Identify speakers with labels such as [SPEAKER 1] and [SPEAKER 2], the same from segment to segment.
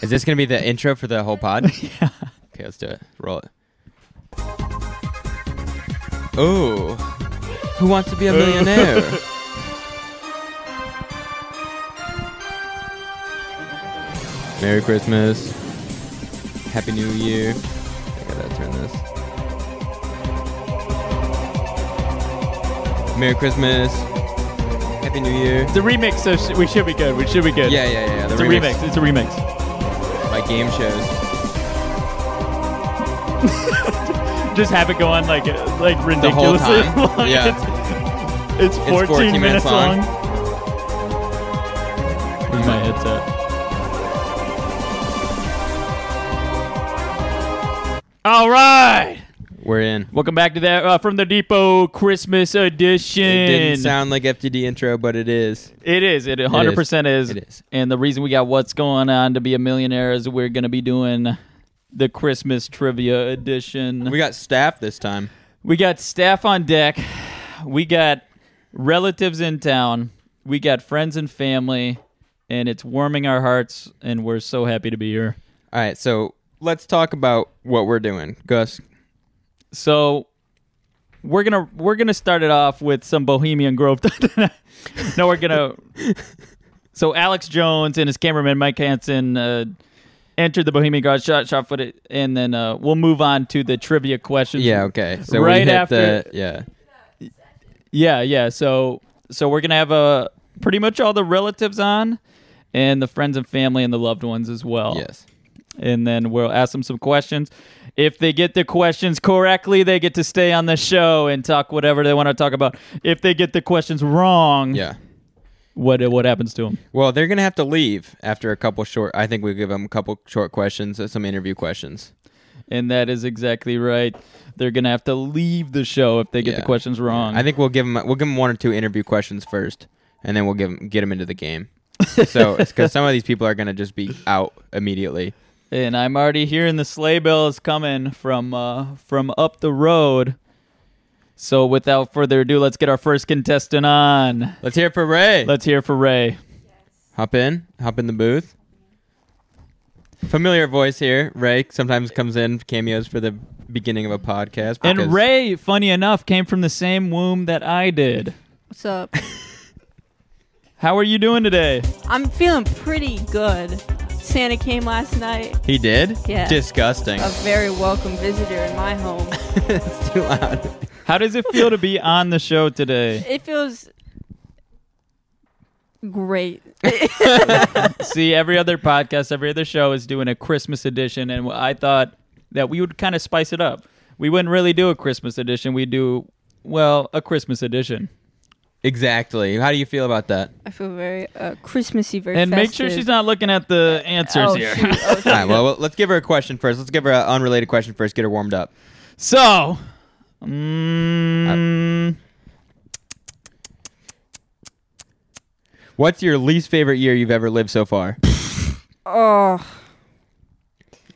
[SPEAKER 1] Is this gonna be the intro for the whole pod?
[SPEAKER 2] yeah.
[SPEAKER 1] Okay, let's do it. Roll it. Ooh. Who wants to be a millionaire? Merry Christmas. Happy New Year. I gotta turn this. Merry Christmas. Happy New Year.
[SPEAKER 2] It's a remix, so sh- we should be good. We should be good.
[SPEAKER 1] Yeah, yeah, yeah. The
[SPEAKER 2] It's
[SPEAKER 1] remix.
[SPEAKER 2] a remix. It's a remix.
[SPEAKER 1] Like game shows.
[SPEAKER 2] Just have it go on like uh, like
[SPEAKER 1] The whole
[SPEAKER 2] ridiculously
[SPEAKER 1] time.
[SPEAKER 2] long.
[SPEAKER 1] Yeah.
[SPEAKER 2] It's, it's 14,
[SPEAKER 1] 14 minutes
[SPEAKER 2] minutes
[SPEAKER 1] long.
[SPEAKER 2] long. Where's my headset? All right.
[SPEAKER 1] We're in.
[SPEAKER 2] Welcome back to that uh, from the depot Christmas edition.
[SPEAKER 1] It didn't sound like FTD intro, but it is.
[SPEAKER 2] It is. It 100% is.
[SPEAKER 1] It is.
[SPEAKER 2] And the reason we got what's going on to be a millionaire is we're going to be doing the Christmas trivia edition.
[SPEAKER 1] We
[SPEAKER 2] We,
[SPEAKER 1] got staff this time.
[SPEAKER 2] got staff on deck. We got relatives in town. We got friends and family. And it's warming our hearts. And we're so happy to be here.
[SPEAKER 1] All right, so let's talk about what we're doing. Gus,
[SPEAKER 2] So. We're gonna we're gonna start it off with some Bohemian Grove. no, we're gonna. So Alex Jones and his cameraman Mike Hansen uh, entered the Bohemian Garden shot shot footage, and then uh, we'll move on to the trivia questions.
[SPEAKER 1] yeah, okay. So we
[SPEAKER 2] Right
[SPEAKER 1] hit
[SPEAKER 2] after-
[SPEAKER 1] the yeah.
[SPEAKER 2] yeah, yeah. So so we're gonna have uh, pretty much all the relatives on, and the friends and family and the loved ones as well.
[SPEAKER 1] Yes.
[SPEAKER 2] and then we'll ask them some questions. If they get the questions correctly, they get to stay on the show and talk whatever they want to talk about. If they get the questions wrong,
[SPEAKER 1] Yeah.
[SPEAKER 2] what what happens to them?
[SPEAKER 1] Well, they're going to have to leave after a couple short I think we give them a couple short questions, uh, some interview questions.
[SPEAKER 2] And that is exactly right. They're gonna have to leave the show if they get
[SPEAKER 1] Yeah.
[SPEAKER 2] the questions wrong.
[SPEAKER 1] I think we'll give them we'll give them one or two interview questions first and then we'll give 'em- get them into the game. so, it's cuz some of these people are going to just be out immediately.
[SPEAKER 2] and I'm already hearing the sleigh bells coming from uh, from up the road. So without further ado, let's get our first contestant on.
[SPEAKER 1] Let's hear it for Ray.
[SPEAKER 2] Let's hear for Ray.
[SPEAKER 1] Hop in. Hop in the booth. Familiar voice here. Ray sometimes comes in cameos for the beginning of a podcast. because-
[SPEAKER 2] And Ray, funny enough, came from the same womb that I did.
[SPEAKER 3] What's up?
[SPEAKER 2] How are you doing today?
[SPEAKER 3] I'm feeling pretty good. Santa came last night,
[SPEAKER 1] He did?
[SPEAKER 3] Yeah.
[SPEAKER 1] Disgusting.
[SPEAKER 3] a very welcome visitor in my home.
[SPEAKER 1] it's too loud.
[SPEAKER 2] How does it feel to be on the show today?
[SPEAKER 3] It feels great.
[SPEAKER 2] See, every other podcast, every other show is doing a Christmas edition, and I thought that we would kind of spice it up. We wouldn't really do a Christmas edition. We do, well, a Christmas edition.
[SPEAKER 1] Exactly. How do you feel about that?
[SPEAKER 3] I feel very uh, Christmassy, very
[SPEAKER 2] And make sure
[SPEAKER 3] festive.
[SPEAKER 2] she's not looking at the answers
[SPEAKER 3] Oh,
[SPEAKER 2] here.
[SPEAKER 3] shoot. Oh, shoot.
[SPEAKER 1] All right, well, well, let's give her a question first. Let's give her an unrelated question first. Get her warmed up.
[SPEAKER 2] So, mm,
[SPEAKER 3] Uh,
[SPEAKER 1] What's your least favorite year you've ever lived so far?
[SPEAKER 3] oh,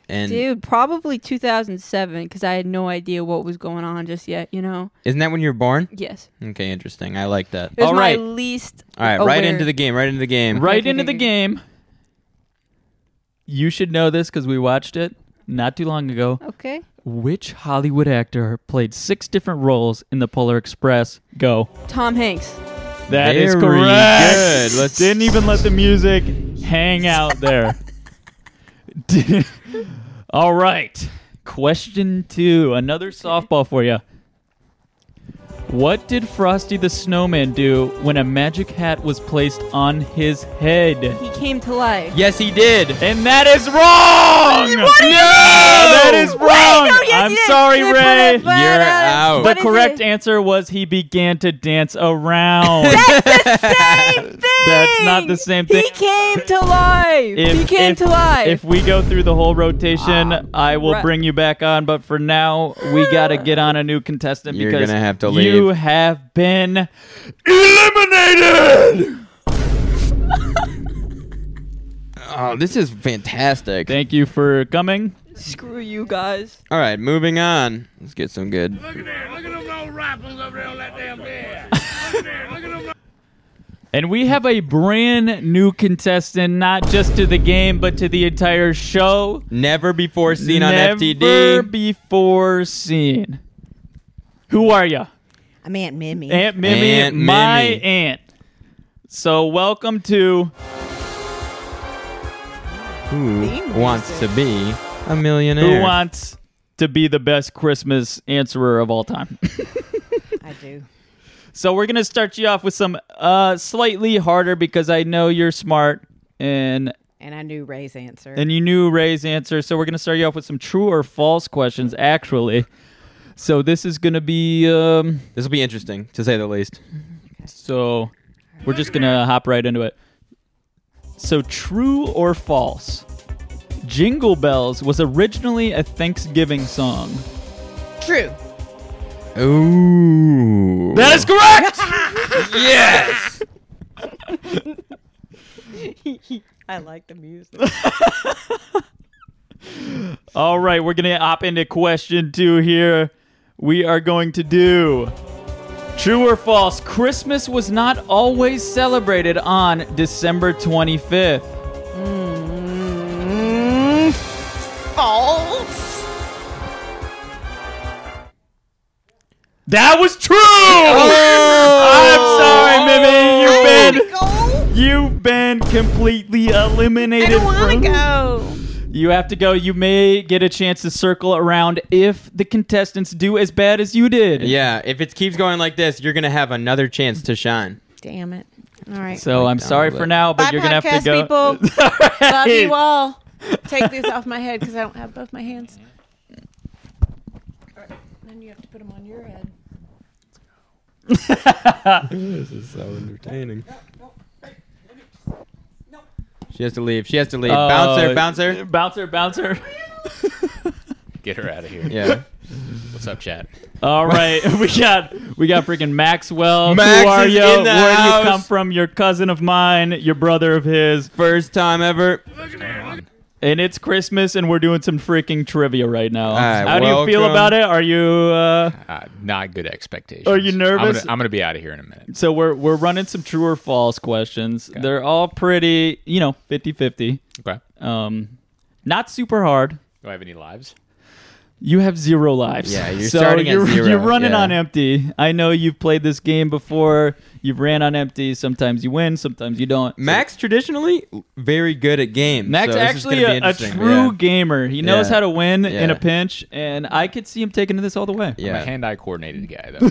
[SPEAKER 1] And
[SPEAKER 3] dude, probably 2007 because I had no idea what was going on just yet. You know?
[SPEAKER 1] isn't that when you were born?
[SPEAKER 3] Yes.
[SPEAKER 1] Okay, interesting. I like that.
[SPEAKER 3] It was
[SPEAKER 2] All
[SPEAKER 3] my
[SPEAKER 2] right.
[SPEAKER 3] least.
[SPEAKER 1] All right, right into the game. Right into the game.
[SPEAKER 2] right
[SPEAKER 3] Okay,
[SPEAKER 2] into
[SPEAKER 3] okay,
[SPEAKER 2] the
[SPEAKER 3] okay.
[SPEAKER 2] game. You should know this because we watched it not too long ago.
[SPEAKER 3] Okay.
[SPEAKER 2] Which Hollywood actor played six different roles in the Polar Express? Go.
[SPEAKER 3] Tom Hanks.
[SPEAKER 2] That is
[SPEAKER 1] Very
[SPEAKER 2] correct.
[SPEAKER 1] good. Let's-
[SPEAKER 2] Didn't even let the music hang out there. Did- All right. Question two. Another softball for you. What did Frosty the Snowman do when a magic hat was placed on his head?
[SPEAKER 3] He came to life.
[SPEAKER 1] Yes, he did.
[SPEAKER 2] And that is wrong.
[SPEAKER 3] What?
[SPEAKER 2] No, that is wrong.
[SPEAKER 3] Wait, no, yes,
[SPEAKER 2] I'm
[SPEAKER 3] yes,
[SPEAKER 2] sorry,
[SPEAKER 3] yes,
[SPEAKER 2] Ray.
[SPEAKER 3] but- but-
[SPEAKER 1] You're
[SPEAKER 3] uh,
[SPEAKER 1] out.
[SPEAKER 3] what
[SPEAKER 2] the
[SPEAKER 3] is
[SPEAKER 2] correct
[SPEAKER 3] it?
[SPEAKER 2] answer was he began to dance around.
[SPEAKER 3] Same thing.
[SPEAKER 2] That's not the same thing.
[SPEAKER 3] He came to life.
[SPEAKER 2] If-
[SPEAKER 3] he came
[SPEAKER 2] if-
[SPEAKER 3] to life.
[SPEAKER 2] If we go through the whole rotation,
[SPEAKER 1] Ah,
[SPEAKER 2] I will
[SPEAKER 3] crap.
[SPEAKER 2] bring you back on. But for now, we gotta get on a new contestant
[SPEAKER 1] You're
[SPEAKER 2] because
[SPEAKER 1] gonna have to
[SPEAKER 2] you
[SPEAKER 1] leave.
[SPEAKER 2] have been eliminated.
[SPEAKER 1] Oh, this is fantastic.
[SPEAKER 2] Thank you for coming.
[SPEAKER 3] Screw you guys.
[SPEAKER 1] All right, moving on. Let's get some good.
[SPEAKER 4] Look at that. Look at them little rappers over there on that damn bed. Look at that. Look at them.
[SPEAKER 2] And we have a brand new contestant, not just to the game, but to the entire show.
[SPEAKER 1] Never before seen
[SPEAKER 2] Never
[SPEAKER 1] on FTD.
[SPEAKER 2] before seen. Who are you?
[SPEAKER 4] I'm Aunt Mimi.
[SPEAKER 2] Aunt Mimi,
[SPEAKER 1] Aunt
[SPEAKER 2] my
[SPEAKER 1] Mimi.
[SPEAKER 2] aunt. So welcome to
[SPEAKER 1] Who
[SPEAKER 4] Theme
[SPEAKER 1] wants to
[SPEAKER 4] music.
[SPEAKER 1] be a millionaire?
[SPEAKER 2] Who Wants to Be the Best Christmas Answerer of All Time.
[SPEAKER 4] I do.
[SPEAKER 2] so we're gonna start you off with some uh slightly harder because I know you're smart and
[SPEAKER 4] And I knew Ray's answer.
[SPEAKER 2] and you knew Ray's answer. So we're gonna start you off with some true or false questions, actually. So this is gonna be um
[SPEAKER 1] This will be interesting, to say the least.
[SPEAKER 2] So we're just going to hop right into it. So, true or false? Jingle Bells was originally a Thanksgiving song.
[SPEAKER 4] True.
[SPEAKER 1] Ooh.
[SPEAKER 2] That is correct!
[SPEAKER 1] yes.
[SPEAKER 4] I like the music.
[SPEAKER 2] All right, we're going to hop into question two here. We are going to do true or false. Christmas was not always celebrated on December 25th.
[SPEAKER 4] Mm-hmm. False.
[SPEAKER 2] That was true!
[SPEAKER 4] Oh.
[SPEAKER 2] I'm sorry, Mimi. You've been.
[SPEAKER 4] Go.
[SPEAKER 2] You've been completely eliminated.
[SPEAKER 4] I don't want
[SPEAKER 2] from-
[SPEAKER 4] to go.
[SPEAKER 2] You have to go. You may get a chance to circle around if the contestants do as bad as you did.
[SPEAKER 1] Yeah, if it keeps going like this, you're gonna have another chance to shine.
[SPEAKER 4] Damn it. All right.
[SPEAKER 2] So I'm sorry for now, but
[SPEAKER 4] Bye,
[SPEAKER 2] you're gonna have to
[SPEAKER 4] podcast
[SPEAKER 2] go.
[SPEAKER 4] people. Love
[SPEAKER 2] Hey.
[SPEAKER 4] you all. Take these off my head because I don't have both my hands. All right. Then you have to put them on your head.
[SPEAKER 1] This is so entertaining. She has to leave. She has to leave.
[SPEAKER 2] Uh,
[SPEAKER 1] bouncer, bouncer.
[SPEAKER 2] bouncer, bouncer.
[SPEAKER 5] Get her out of here.
[SPEAKER 1] Yeah.
[SPEAKER 5] What's up, chat?
[SPEAKER 2] All right, we got we got freaking Maxwell.
[SPEAKER 1] Max
[SPEAKER 2] Who are
[SPEAKER 1] is
[SPEAKER 2] you?
[SPEAKER 1] in the
[SPEAKER 2] Where do
[SPEAKER 1] house.
[SPEAKER 2] you come from? Your cousin of mine, your brother of his,
[SPEAKER 1] First time ever.
[SPEAKER 2] and it's Christmas, and we're doing some freaking trivia right now.
[SPEAKER 1] right,
[SPEAKER 2] How do you feel
[SPEAKER 1] welcome.
[SPEAKER 2] about it? Are you? Uh,
[SPEAKER 5] Uh, not good expectations.
[SPEAKER 2] Are you nervous?
[SPEAKER 5] I'm gonna, I'm gonna be out of here in a minute.
[SPEAKER 2] So we're we're running some true or false questions. They're all pretty, you know, 50-50.
[SPEAKER 5] Okay.
[SPEAKER 2] Um not super hard.
[SPEAKER 5] Do I have any lives?
[SPEAKER 2] You have zero lives.
[SPEAKER 1] Yeah, you're
[SPEAKER 2] so
[SPEAKER 1] starting at
[SPEAKER 2] you're,
[SPEAKER 1] zero,
[SPEAKER 2] You're running
[SPEAKER 1] yeah.
[SPEAKER 2] on empty. I know you've played this game before. You've ran on empty. Sometimes you win, sometimes you don't.
[SPEAKER 1] Max traditionally very good at games.
[SPEAKER 2] Max
[SPEAKER 1] so this is
[SPEAKER 2] actually
[SPEAKER 1] gonna be
[SPEAKER 2] a, a
[SPEAKER 1] interesting,
[SPEAKER 2] true
[SPEAKER 1] yeah.
[SPEAKER 2] gamer. He knows
[SPEAKER 1] Yeah.
[SPEAKER 2] how to win in
[SPEAKER 1] Yeah.
[SPEAKER 2] a pinch, and I could see him taking this all the way.
[SPEAKER 5] I'm
[SPEAKER 1] Yeah.
[SPEAKER 5] a hand-eye coordinated guy though.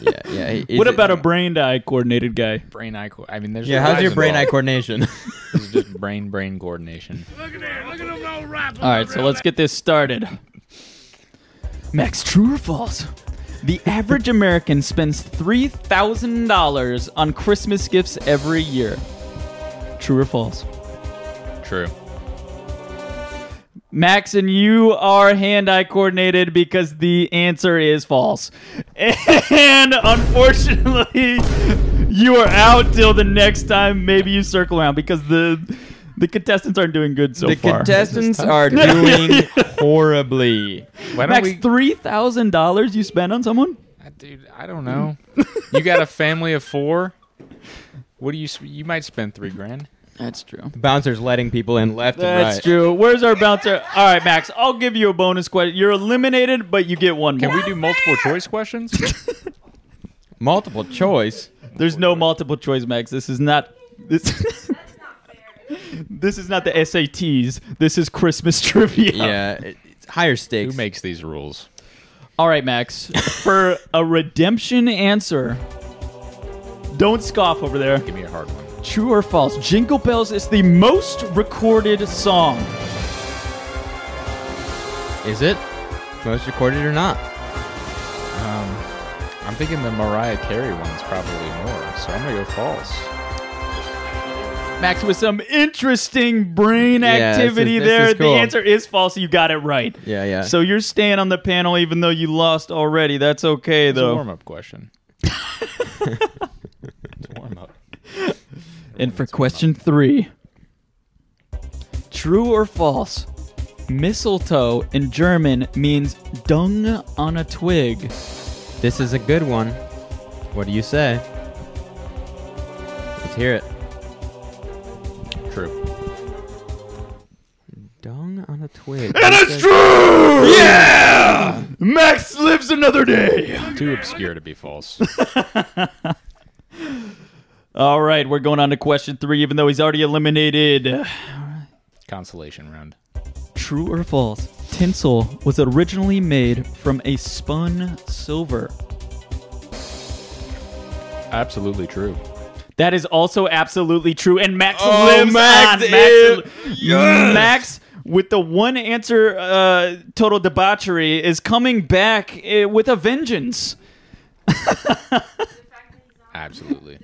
[SPEAKER 1] yeah, yeah. He- he's
[SPEAKER 2] What about a brain eye coordinated guy?
[SPEAKER 5] brain-eye. Co- I mean, there's
[SPEAKER 1] Yeah,
[SPEAKER 5] no
[SPEAKER 1] how's
[SPEAKER 5] lives
[SPEAKER 1] your brain eye
[SPEAKER 5] involved.
[SPEAKER 1] coordination?
[SPEAKER 5] This is just brain-brain coordination.
[SPEAKER 2] All right, so let's get this started. Max, true or false? The average American spends $3,000 on Christmas gifts every year. True or false?
[SPEAKER 5] True.
[SPEAKER 2] Max, and you are hand eye coordinated because the answer is false. And unfortunately, you are out till the next time maybe you circle around because the the contestants aren't doing good so
[SPEAKER 1] the
[SPEAKER 2] far.
[SPEAKER 1] contestants are doing horribly.
[SPEAKER 5] Why don't
[SPEAKER 2] Max,
[SPEAKER 5] we?
[SPEAKER 2] $3,000 you spend on someone?
[SPEAKER 5] Uh, Dude, I don't know. you got a family of four. What do you? s- You might spend three grand.
[SPEAKER 2] That's true.
[SPEAKER 1] Bouncer's letting people in left and right.
[SPEAKER 2] That's true. Where's our bouncer? All right, Max, I'll give you a bonus question. You're eliminated, but you get one
[SPEAKER 5] Can
[SPEAKER 2] more.
[SPEAKER 5] we do multiple choice questions?
[SPEAKER 1] Multiple choice.
[SPEAKER 2] There's no multiple choice, Max. This is not this. this is not the SATs. This is Christmas trivia.
[SPEAKER 1] Yeah, it- it's higher
[SPEAKER 5] Who
[SPEAKER 1] stakes.
[SPEAKER 5] makes these rules?
[SPEAKER 2] All right, Max. For a redemption answer, don't scoff over there.
[SPEAKER 5] Give me a hard one.
[SPEAKER 2] True or false? Jingle Bells is the most recorded song.
[SPEAKER 1] Is it most recorded or not?
[SPEAKER 5] Um, I'm thinking the Mariah Carey one's probably more, so I'm gonna go false.
[SPEAKER 2] Max, with some interesting brain
[SPEAKER 1] Yeah, this is-
[SPEAKER 2] activity
[SPEAKER 1] this
[SPEAKER 2] there,
[SPEAKER 1] is
[SPEAKER 2] the
[SPEAKER 1] cool.
[SPEAKER 2] answer is false. You got it right.
[SPEAKER 1] Yeah, yeah.
[SPEAKER 2] So you're staying on the panel even though you lost already. That's okay
[SPEAKER 5] It's a
[SPEAKER 2] though.
[SPEAKER 5] warm-up question. it's warm-up.
[SPEAKER 2] And for question three True or false? Mistletoe in German means dung on a twig.
[SPEAKER 1] This is a good one. What do you say? Let's hear it.
[SPEAKER 5] True.
[SPEAKER 1] Dung on a twig.
[SPEAKER 2] And it's true! Yeah! Max lives another day!
[SPEAKER 5] Too obscure to be false.
[SPEAKER 2] All right, we're going on to question three, even though he's already eliminated.
[SPEAKER 5] Consolation round.
[SPEAKER 2] True or false? Tinsel was originally made from a spun silver.
[SPEAKER 5] Absolutely true.
[SPEAKER 2] That is also absolutely true. And Max
[SPEAKER 1] Oh,
[SPEAKER 2] lives
[SPEAKER 1] Max
[SPEAKER 2] on.
[SPEAKER 1] is-
[SPEAKER 2] Max, Max, with the one answer uh, total debauchery, is coming back uh, with a vengeance.
[SPEAKER 5] Absolutely.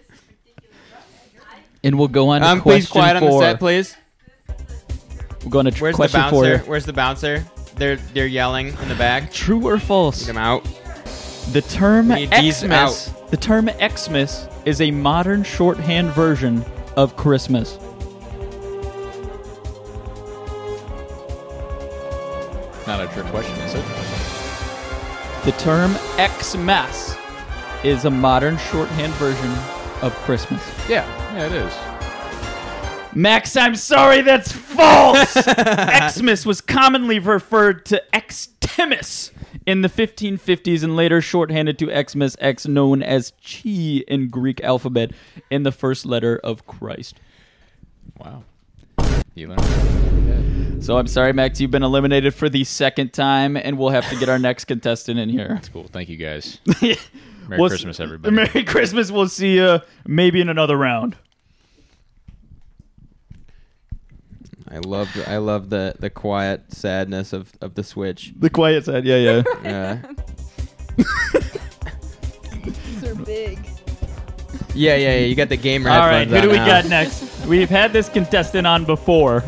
[SPEAKER 2] And we'll go on to
[SPEAKER 1] Um, please
[SPEAKER 2] question
[SPEAKER 1] quiet
[SPEAKER 2] four.
[SPEAKER 1] on the set, please.
[SPEAKER 2] We're going to tr-
[SPEAKER 1] Where's
[SPEAKER 2] question
[SPEAKER 1] the bouncer?
[SPEAKER 2] four.
[SPEAKER 1] Where's the bouncer? They're they're yelling in the back.
[SPEAKER 2] True or false?
[SPEAKER 1] Get him out.
[SPEAKER 2] The term
[SPEAKER 1] We need these
[SPEAKER 2] Xmas. The term Xmas is a modern shorthand version of Christmas.
[SPEAKER 5] Not a trick question, is it?
[SPEAKER 2] The term Xmas is a modern shorthand version of Christmas.
[SPEAKER 5] Yeah. Yeah, it is.
[SPEAKER 2] Max, I'm sorry, that's false. Xmas was commonly referred to Xtemis in the 1550s and later shorthanded to Xmas, X known as Chi in Greek alphabet, and the first letter of Christ.
[SPEAKER 5] Wow. You learned something every day.
[SPEAKER 2] So I'm sorry, Max, you've been eliminated for the second time, and we'll have to get our next contestant in here.
[SPEAKER 5] It's cool. Thank you guys.
[SPEAKER 2] Merry
[SPEAKER 5] Merry Christmas, everybody.
[SPEAKER 2] Merry Christmas. We'll see you maybe in another round.
[SPEAKER 1] I love the, I love the the quiet sadness of of the switch. Uh,
[SPEAKER 2] The quiet side, yeah, yeah.
[SPEAKER 1] Yeah.
[SPEAKER 4] These are big.
[SPEAKER 1] yeah, yeah, yeah. You got the gamer
[SPEAKER 2] All right,
[SPEAKER 1] headphones
[SPEAKER 2] who
[SPEAKER 1] on
[SPEAKER 2] do we
[SPEAKER 1] now.
[SPEAKER 2] got next? We've had this contestant on before,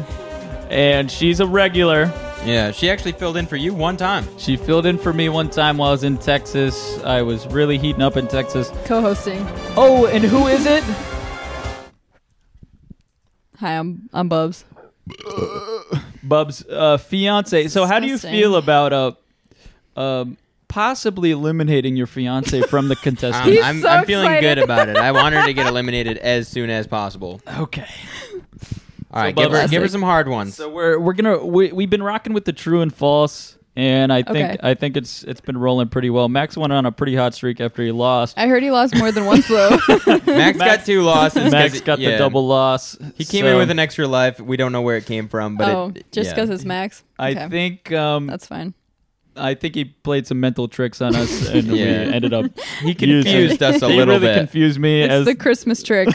[SPEAKER 2] and she's a regular.
[SPEAKER 1] Yeah, she actually filled in for you one time.
[SPEAKER 2] She filled in for me one time while I was in Texas. I was really heating up in Texas.
[SPEAKER 4] Co-hosting.
[SPEAKER 2] Oh, and who is it?
[SPEAKER 3] Hi, I'm I'm Bubs.
[SPEAKER 2] Bub's uh, fiance. So, how do you
[SPEAKER 3] Disgusting.
[SPEAKER 2] feel about uh, um, possibly eliminating your fiance from the
[SPEAKER 1] Um,
[SPEAKER 2] contestant?
[SPEAKER 1] I'm,
[SPEAKER 4] He's
[SPEAKER 1] I'm,
[SPEAKER 4] so
[SPEAKER 1] feeling
[SPEAKER 4] excited.
[SPEAKER 1] good about it. I want her to get eliminated as soon as possible.
[SPEAKER 2] okay.
[SPEAKER 1] All right, give her give her
[SPEAKER 3] Classic.
[SPEAKER 1] some hard ones.
[SPEAKER 2] So we're we're gonna we, we've been rocking with the true and false, and I think
[SPEAKER 3] Okay.
[SPEAKER 2] I think it's it's been rolling pretty well. Max went on a pretty hot streak after he lost.
[SPEAKER 3] I heard he lost more than once though.
[SPEAKER 1] Max,
[SPEAKER 2] Max-
[SPEAKER 1] got two losses. 'cause
[SPEAKER 2] Max
[SPEAKER 1] it-
[SPEAKER 2] got the
[SPEAKER 1] yeah.
[SPEAKER 2] double loss.
[SPEAKER 1] He came
[SPEAKER 2] so
[SPEAKER 1] in with an extra life. We don't know where it came from, but
[SPEAKER 3] oh,
[SPEAKER 1] it,
[SPEAKER 3] just
[SPEAKER 1] yeah.
[SPEAKER 3] because it's Max.
[SPEAKER 2] I
[SPEAKER 3] Okay.
[SPEAKER 2] think um
[SPEAKER 3] that's fine.
[SPEAKER 2] I think he played some mental tricks on us, and we
[SPEAKER 1] Yeah.
[SPEAKER 2] ended up
[SPEAKER 1] he
[SPEAKER 2] using-
[SPEAKER 1] confused us a
[SPEAKER 2] he
[SPEAKER 1] little
[SPEAKER 2] really
[SPEAKER 1] bit.
[SPEAKER 2] Confused me
[SPEAKER 3] It's
[SPEAKER 2] as
[SPEAKER 3] the Christmas trick.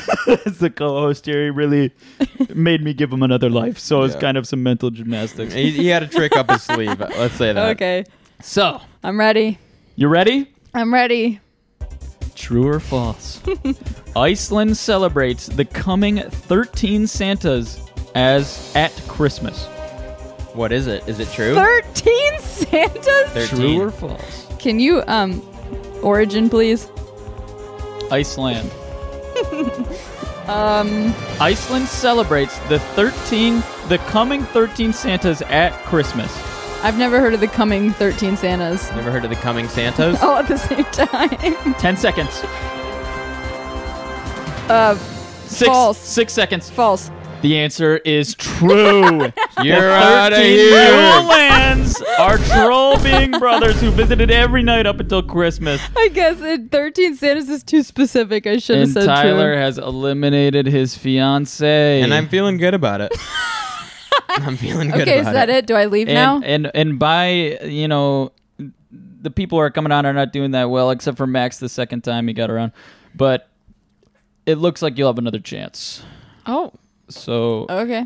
[SPEAKER 2] as the co-host here. He really made me give him another life. So it's
[SPEAKER 1] Yeah.
[SPEAKER 2] kind of some mental gymnastics.
[SPEAKER 1] he, he had a trick up his sleeve. Let's say that.
[SPEAKER 3] okay,
[SPEAKER 2] So
[SPEAKER 3] I'm ready.
[SPEAKER 2] you ready?
[SPEAKER 3] I'm ready.
[SPEAKER 2] True or false? Iceland celebrates the coming 13 Santas as at Christmas.
[SPEAKER 1] What is it? Is it true?
[SPEAKER 3] Thirteen Santas.
[SPEAKER 1] Thirteen.
[SPEAKER 2] True or false?
[SPEAKER 3] Can you um, origin please?
[SPEAKER 2] Iceland.
[SPEAKER 3] Um,
[SPEAKER 2] Iceland celebrates the 13 the coming 13 Santas at Christmas.
[SPEAKER 3] I've never heard of the coming thirteen Santas.
[SPEAKER 1] Never heard of the coming Santas?
[SPEAKER 3] All at the same time.
[SPEAKER 2] 10 seconds.
[SPEAKER 3] Uh,
[SPEAKER 2] 6
[SPEAKER 3] False.
[SPEAKER 2] 6 seconds.
[SPEAKER 3] false.
[SPEAKER 2] The answer is true.
[SPEAKER 1] You're
[SPEAKER 2] The
[SPEAKER 1] out of
[SPEAKER 2] 13
[SPEAKER 1] here.
[SPEAKER 2] Newlands are troll being brothers who visited every night up until Christmas.
[SPEAKER 3] I guess it, thirteen Santas is too specific. I should have
[SPEAKER 2] And
[SPEAKER 3] said
[SPEAKER 2] Tyler
[SPEAKER 3] true.
[SPEAKER 2] has eliminated his fiance.
[SPEAKER 1] And I'm feeling good about it. I'm feeling good
[SPEAKER 3] Okay, is
[SPEAKER 1] about
[SPEAKER 3] that it? Do I leave
[SPEAKER 2] and,
[SPEAKER 3] now?
[SPEAKER 2] and and by you know the people who are coming on are not doing that well, except for Max the second time he got around. But it looks like you'll have another chance.
[SPEAKER 3] oh,
[SPEAKER 2] So
[SPEAKER 3] okay.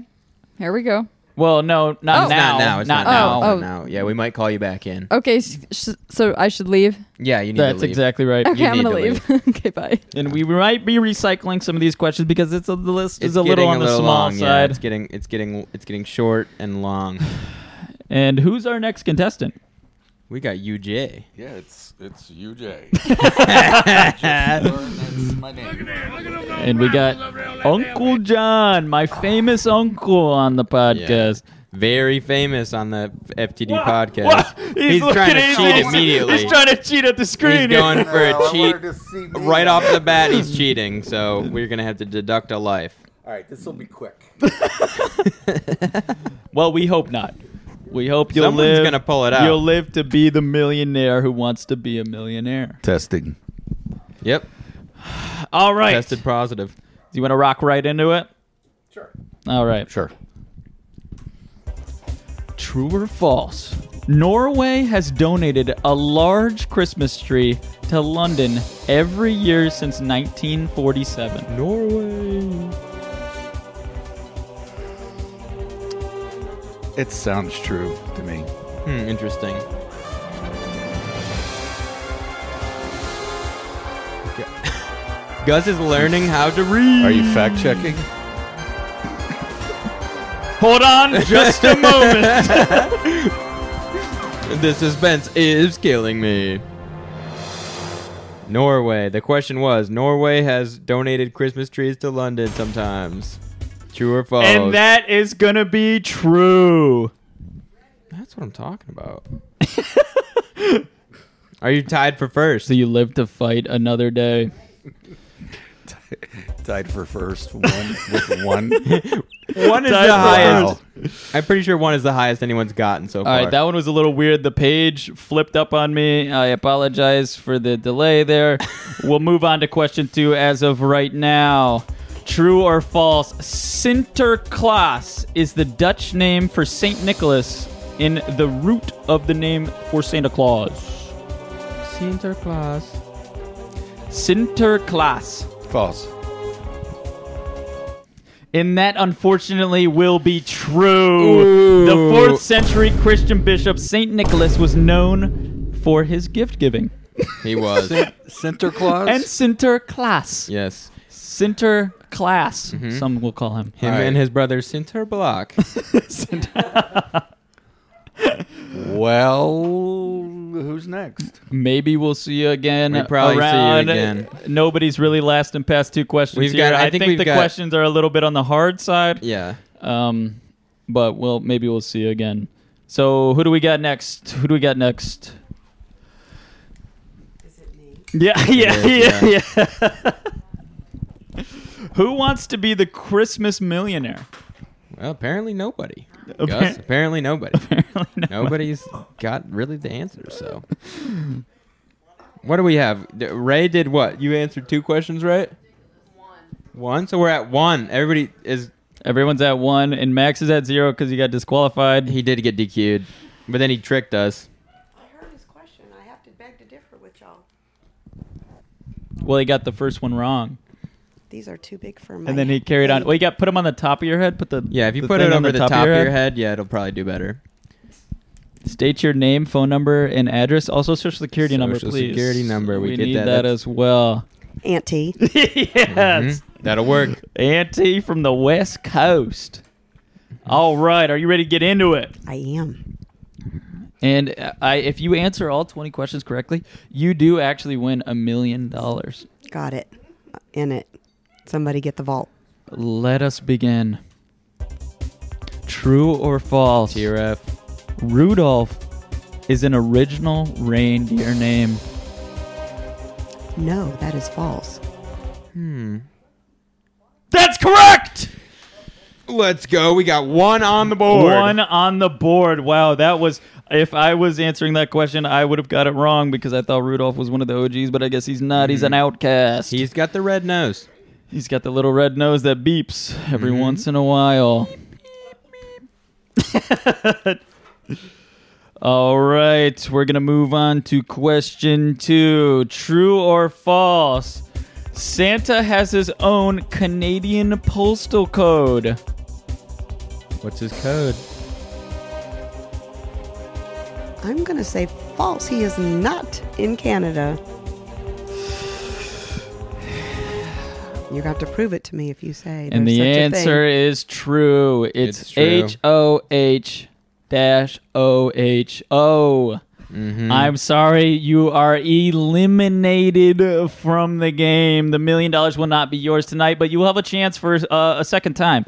[SPEAKER 3] Here we go.
[SPEAKER 2] well, no, not
[SPEAKER 3] Oh.
[SPEAKER 1] It's
[SPEAKER 2] now.
[SPEAKER 1] not now. It's not,
[SPEAKER 3] now.
[SPEAKER 1] now.
[SPEAKER 3] Oh,
[SPEAKER 1] It's not now. Yeah, we might call you back in.
[SPEAKER 3] Okay, s sh- so I should leave.
[SPEAKER 1] Yeah, you need
[SPEAKER 2] That's
[SPEAKER 1] to leave.
[SPEAKER 2] exactly right.
[SPEAKER 3] Okay, I'm
[SPEAKER 1] need
[SPEAKER 3] gonna
[SPEAKER 1] to
[SPEAKER 3] leave. okay, bye.
[SPEAKER 2] And we might be recycling some of these questions because it's a, the list is a little
[SPEAKER 1] getting
[SPEAKER 2] on the small
[SPEAKER 1] long, yeah.
[SPEAKER 2] side.
[SPEAKER 1] it's getting it's getting it's getting short and long.
[SPEAKER 2] and who's our next contestant?
[SPEAKER 1] We got UJ.
[SPEAKER 6] Yeah, it's it's UJ. Just learn that's my name.
[SPEAKER 2] And we got Uncle John, my famous uncle on the podcast.
[SPEAKER 1] very famous on the FTD
[SPEAKER 2] Wha-
[SPEAKER 1] podcast.
[SPEAKER 2] wha-
[SPEAKER 1] He's
[SPEAKER 2] looking
[SPEAKER 1] trying to
[SPEAKER 2] at-
[SPEAKER 1] cheat
[SPEAKER 2] he's-
[SPEAKER 1] immediately.
[SPEAKER 2] He's trying to cheat at the screen.
[SPEAKER 1] going- For a
[SPEAKER 6] I wanted
[SPEAKER 1] cheat,
[SPEAKER 6] to see me.
[SPEAKER 1] Right off the bat, he's cheating, so we're gonna have to deduct a life.
[SPEAKER 6] All right, this will be quick.
[SPEAKER 2] well, we hope not. We hope you'll
[SPEAKER 1] Someone's
[SPEAKER 2] live.
[SPEAKER 1] gonna pull it out.
[SPEAKER 2] You'll live to be the millionaire who wants to be a millionaire.
[SPEAKER 6] Testing.
[SPEAKER 1] Yep,
[SPEAKER 2] All right.
[SPEAKER 1] tested positive.
[SPEAKER 2] Do you want to rock right into it?
[SPEAKER 6] Sure.
[SPEAKER 2] All right.
[SPEAKER 6] Sure.
[SPEAKER 2] True or false? Norway has donated a large Christmas tree to London every year since 1947.
[SPEAKER 5] Norway.
[SPEAKER 6] It sounds true to me.
[SPEAKER 1] Hmm, interesting. Gus is learning how to read.
[SPEAKER 6] Are you fact checking?
[SPEAKER 2] Hold on just a moment.
[SPEAKER 1] The suspense is killing me. Norway. The question was Norway has donated Christmas trees to London sometimes. True or false?
[SPEAKER 2] and that is going to be true.
[SPEAKER 1] That's what I'm talking about. Are you tied for first?
[SPEAKER 2] So you live to fight another day.
[SPEAKER 6] Tied for first, one with one.
[SPEAKER 1] One is
[SPEAKER 2] Tied
[SPEAKER 1] the
[SPEAKER 2] for
[SPEAKER 1] highest. I'm pretty sure one is the highest anyone's gotten so
[SPEAKER 2] All
[SPEAKER 1] far.
[SPEAKER 2] right, that one was a little weird. The page flipped up on me. I apologize for the delay there. we'll move on to question two as of right now. True or false? Sinterklaas is the Dutch name for St. Nicholas in the root of the name for Santa Claus.
[SPEAKER 1] Sinterklaas.
[SPEAKER 2] Sinterklaas.
[SPEAKER 6] False.
[SPEAKER 2] And that unfortunately will be true.
[SPEAKER 1] Ooh.
[SPEAKER 2] The fourth century Christian bishop St. Nicholas was known for his gift giving.
[SPEAKER 1] He was.
[SPEAKER 6] Center clause.
[SPEAKER 2] And Sinterklaas.
[SPEAKER 1] yes.
[SPEAKER 2] Sinterklaas, some will call him.
[SPEAKER 1] Mm-hmm. Him
[SPEAKER 6] All right.
[SPEAKER 1] and his brother Sinterblock.
[SPEAKER 6] well, who's next?
[SPEAKER 2] Maybe we'll see you again.
[SPEAKER 1] We'll probably see you
[SPEAKER 2] around.
[SPEAKER 1] again.
[SPEAKER 2] Nobody's really lasting past two questions
[SPEAKER 1] We've
[SPEAKER 2] here.
[SPEAKER 1] got- I
[SPEAKER 2] I,
[SPEAKER 1] think
[SPEAKER 2] think,
[SPEAKER 1] we've
[SPEAKER 2] the
[SPEAKER 1] got-
[SPEAKER 2] questions are a little bit on the hard side.
[SPEAKER 1] yeah.
[SPEAKER 2] Um, but we'll maybe we'll see you again. So who do we got next? Who do we got next? Yeah, yeah, yeah, yeah.
[SPEAKER 1] is,
[SPEAKER 2] who wants to be the Christmas millionaire?
[SPEAKER 1] Well, apparently nobody.
[SPEAKER 2] Appar-
[SPEAKER 1] Gus, apparently nobody.
[SPEAKER 2] Apparently not.
[SPEAKER 1] Nobody's got really the answer, so. What do we have? D- Ray did what? You answered two questions, right? One. So we're at one. Everybody is.
[SPEAKER 2] Everyone's at one, and Max is at zero because he got disqualified.
[SPEAKER 1] He did get DQ'd, but then he tricked us.
[SPEAKER 7] I heard his question. I have to beg to differ with y'all.
[SPEAKER 2] Well, he got the first one wrong,
[SPEAKER 7] These are too big for my.
[SPEAKER 2] and then he carried on.
[SPEAKER 7] head.
[SPEAKER 2] Well, you got put him on the top of your head. Put the
[SPEAKER 1] Yeah, if you
[SPEAKER 2] the
[SPEAKER 1] put it
[SPEAKER 2] thing on
[SPEAKER 1] over the top, of your head? yeah, it'll probably do better.
[SPEAKER 2] State your name, phone number, and address. Also, social security number,
[SPEAKER 1] Social
[SPEAKER 2] please.
[SPEAKER 1] security number, we get
[SPEAKER 2] need
[SPEAKER 1] that.
[SPEAKER 2] that,
[SPEAKER 1] That's-
[SPEAKER 2] as well.
[SPEAKER 7] Auntie.
[SPEAKER 2] yes,
[SPEAKER 1] Mhm. That'll work.
[SPEAKER 2] Auntie from the West Coast. All right, are you ready to get into it?
[SPEAKER 7] I am.
[SPEAKER 2] And uh, I, if you answer all twenty questions correctly, you do actually win a million dollars.
[SPEAKER 7] Got it. In it. Somebody get the vault.
[SPEAKER 2] Let us begin. True or false?
[SPEAKER 1] TRF.
[SPEAKER 2] Rudolph is an original reindeer name.
[SPEAKER 7] No, that is false.
[SPEAKER 2] That's correct.
[SPEAKER 1] Let's go. We got one on the board.
[SPEAKER 2] One on the board. Wow, that was. If I was answering that question, I would have got it wrong because I thought Rudolph was one of the OGs, but I guess he's not. He's an outcast.
[SPEAKER 1] Mm-hmm. He's got the red nose.
[SPEAKER 2] he's got the little red nose that beeps every
[SPEAKER 1] Mm-hmm.
[SPEAKER 2] once in a while. All right, we're gonna move on to question two. True or false? Santa has his own Canadian postal code.
[SPEAKER 1] What's his code?
[SPEAKER 7] I'm going to say false. He is not in Canada. You're going to have to prove it to me if you say.
[SPEAKER 2] And
[SPEAKER 7] there's
[SPEAKER 2] the
[SPEAKER 7] such a
[SPEAKER 2] answer is true.
[SPEAKER 1] It's
[SPEAKER 2] It's
[SPEAKER 1] true.
[SPEAKER 2] H O H dash O H O. I'm sorry, you are eliminated from the game. The million dollars will not be yours tonight, but you will have a chance for uh, a second time.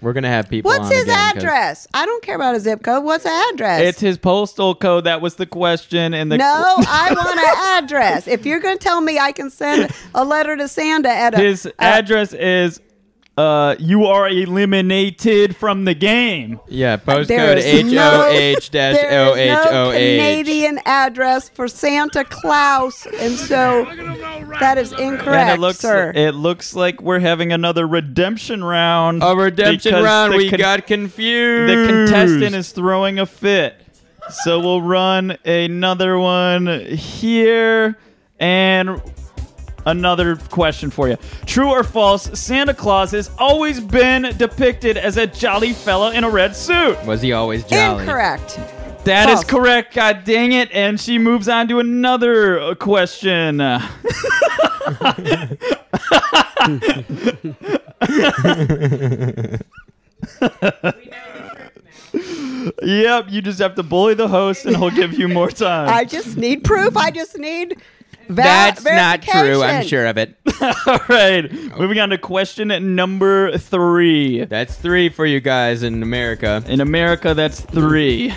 [SPEAKER 1] We're gonna have people.
[SPEAKER 7] What's
[SPEAKER 1] on
[SPEAKER 7] his
[SPEAKER 1] again 'cause-
[SPEAKER 7] address? I don't care about his zip code. What's the address?
[SPEAKER 2] It's his postal code. That was the question, and the
[SPEAKER 7] no, I want an address. If you're going to tell me I can send a letter to Santa at a,
[SPEAKER 2] his address is. Uh, you are eliminated from the game.
[SPEAKER 1] Yeah,
[SPEAKER 7] There
[SPEAKER 1] postcode
[SPEAKER 7] is
[SPEAKER 1] H
[SPEAKER 7] no-
[SPEAKER 1] O H dash
[SPEAKER 7] there
[SPEAKER 1] O
[SPEAKER 7] is
[SPEAKER 1] H
[SPEAKER 7] no
[SPEAKER 1] O H.
[SPEAKER 7] Canadian address for Santa Claus, and so that is
[SPEAKER 2] And
[SPEAKER 7] incorrect,
[SPEAKER 2] it looks
[SPEAKER 7] sir.
[SPEAKER 2] it looks like we're having another redemption round.
[SPEAKER 1] A redemption
[SPEAKER 2] because
[SPEAKER 1] round.
[SPEAKER 2] the
[SPEAKER 1] We
[SPEAKER 2] con-
[SPEAKER 1] got confused.
[SPEAKER 2] the contestant is throwing a fit. So we'll run another one here and another question for you. True or false, Santa Claus has always been depicted as a jolly fella in a red suit.
[SPEAKER 1] Was he always jolly?
[SPEAKER 7] incorrect.
[SPEAKER 2] That is
[SPEAKER 7] False.
[SPEAKER 2] correct. God dang it. And she moves on to another uh, question. I Yep, you just have to bully the host and he'll give you more time.
[SPEAKER 7] I just need proof. I just need va-
[SPEAKER 1] That's not true. I'm
[SPEAKER 7] verification.
[SPEAKER 1] sure of it.
[SPEAKER 2] All right, moving on to question number three.
[SPEAKER 1] That's three for you guys in America.
[SPEAKER 2] In America, that's three.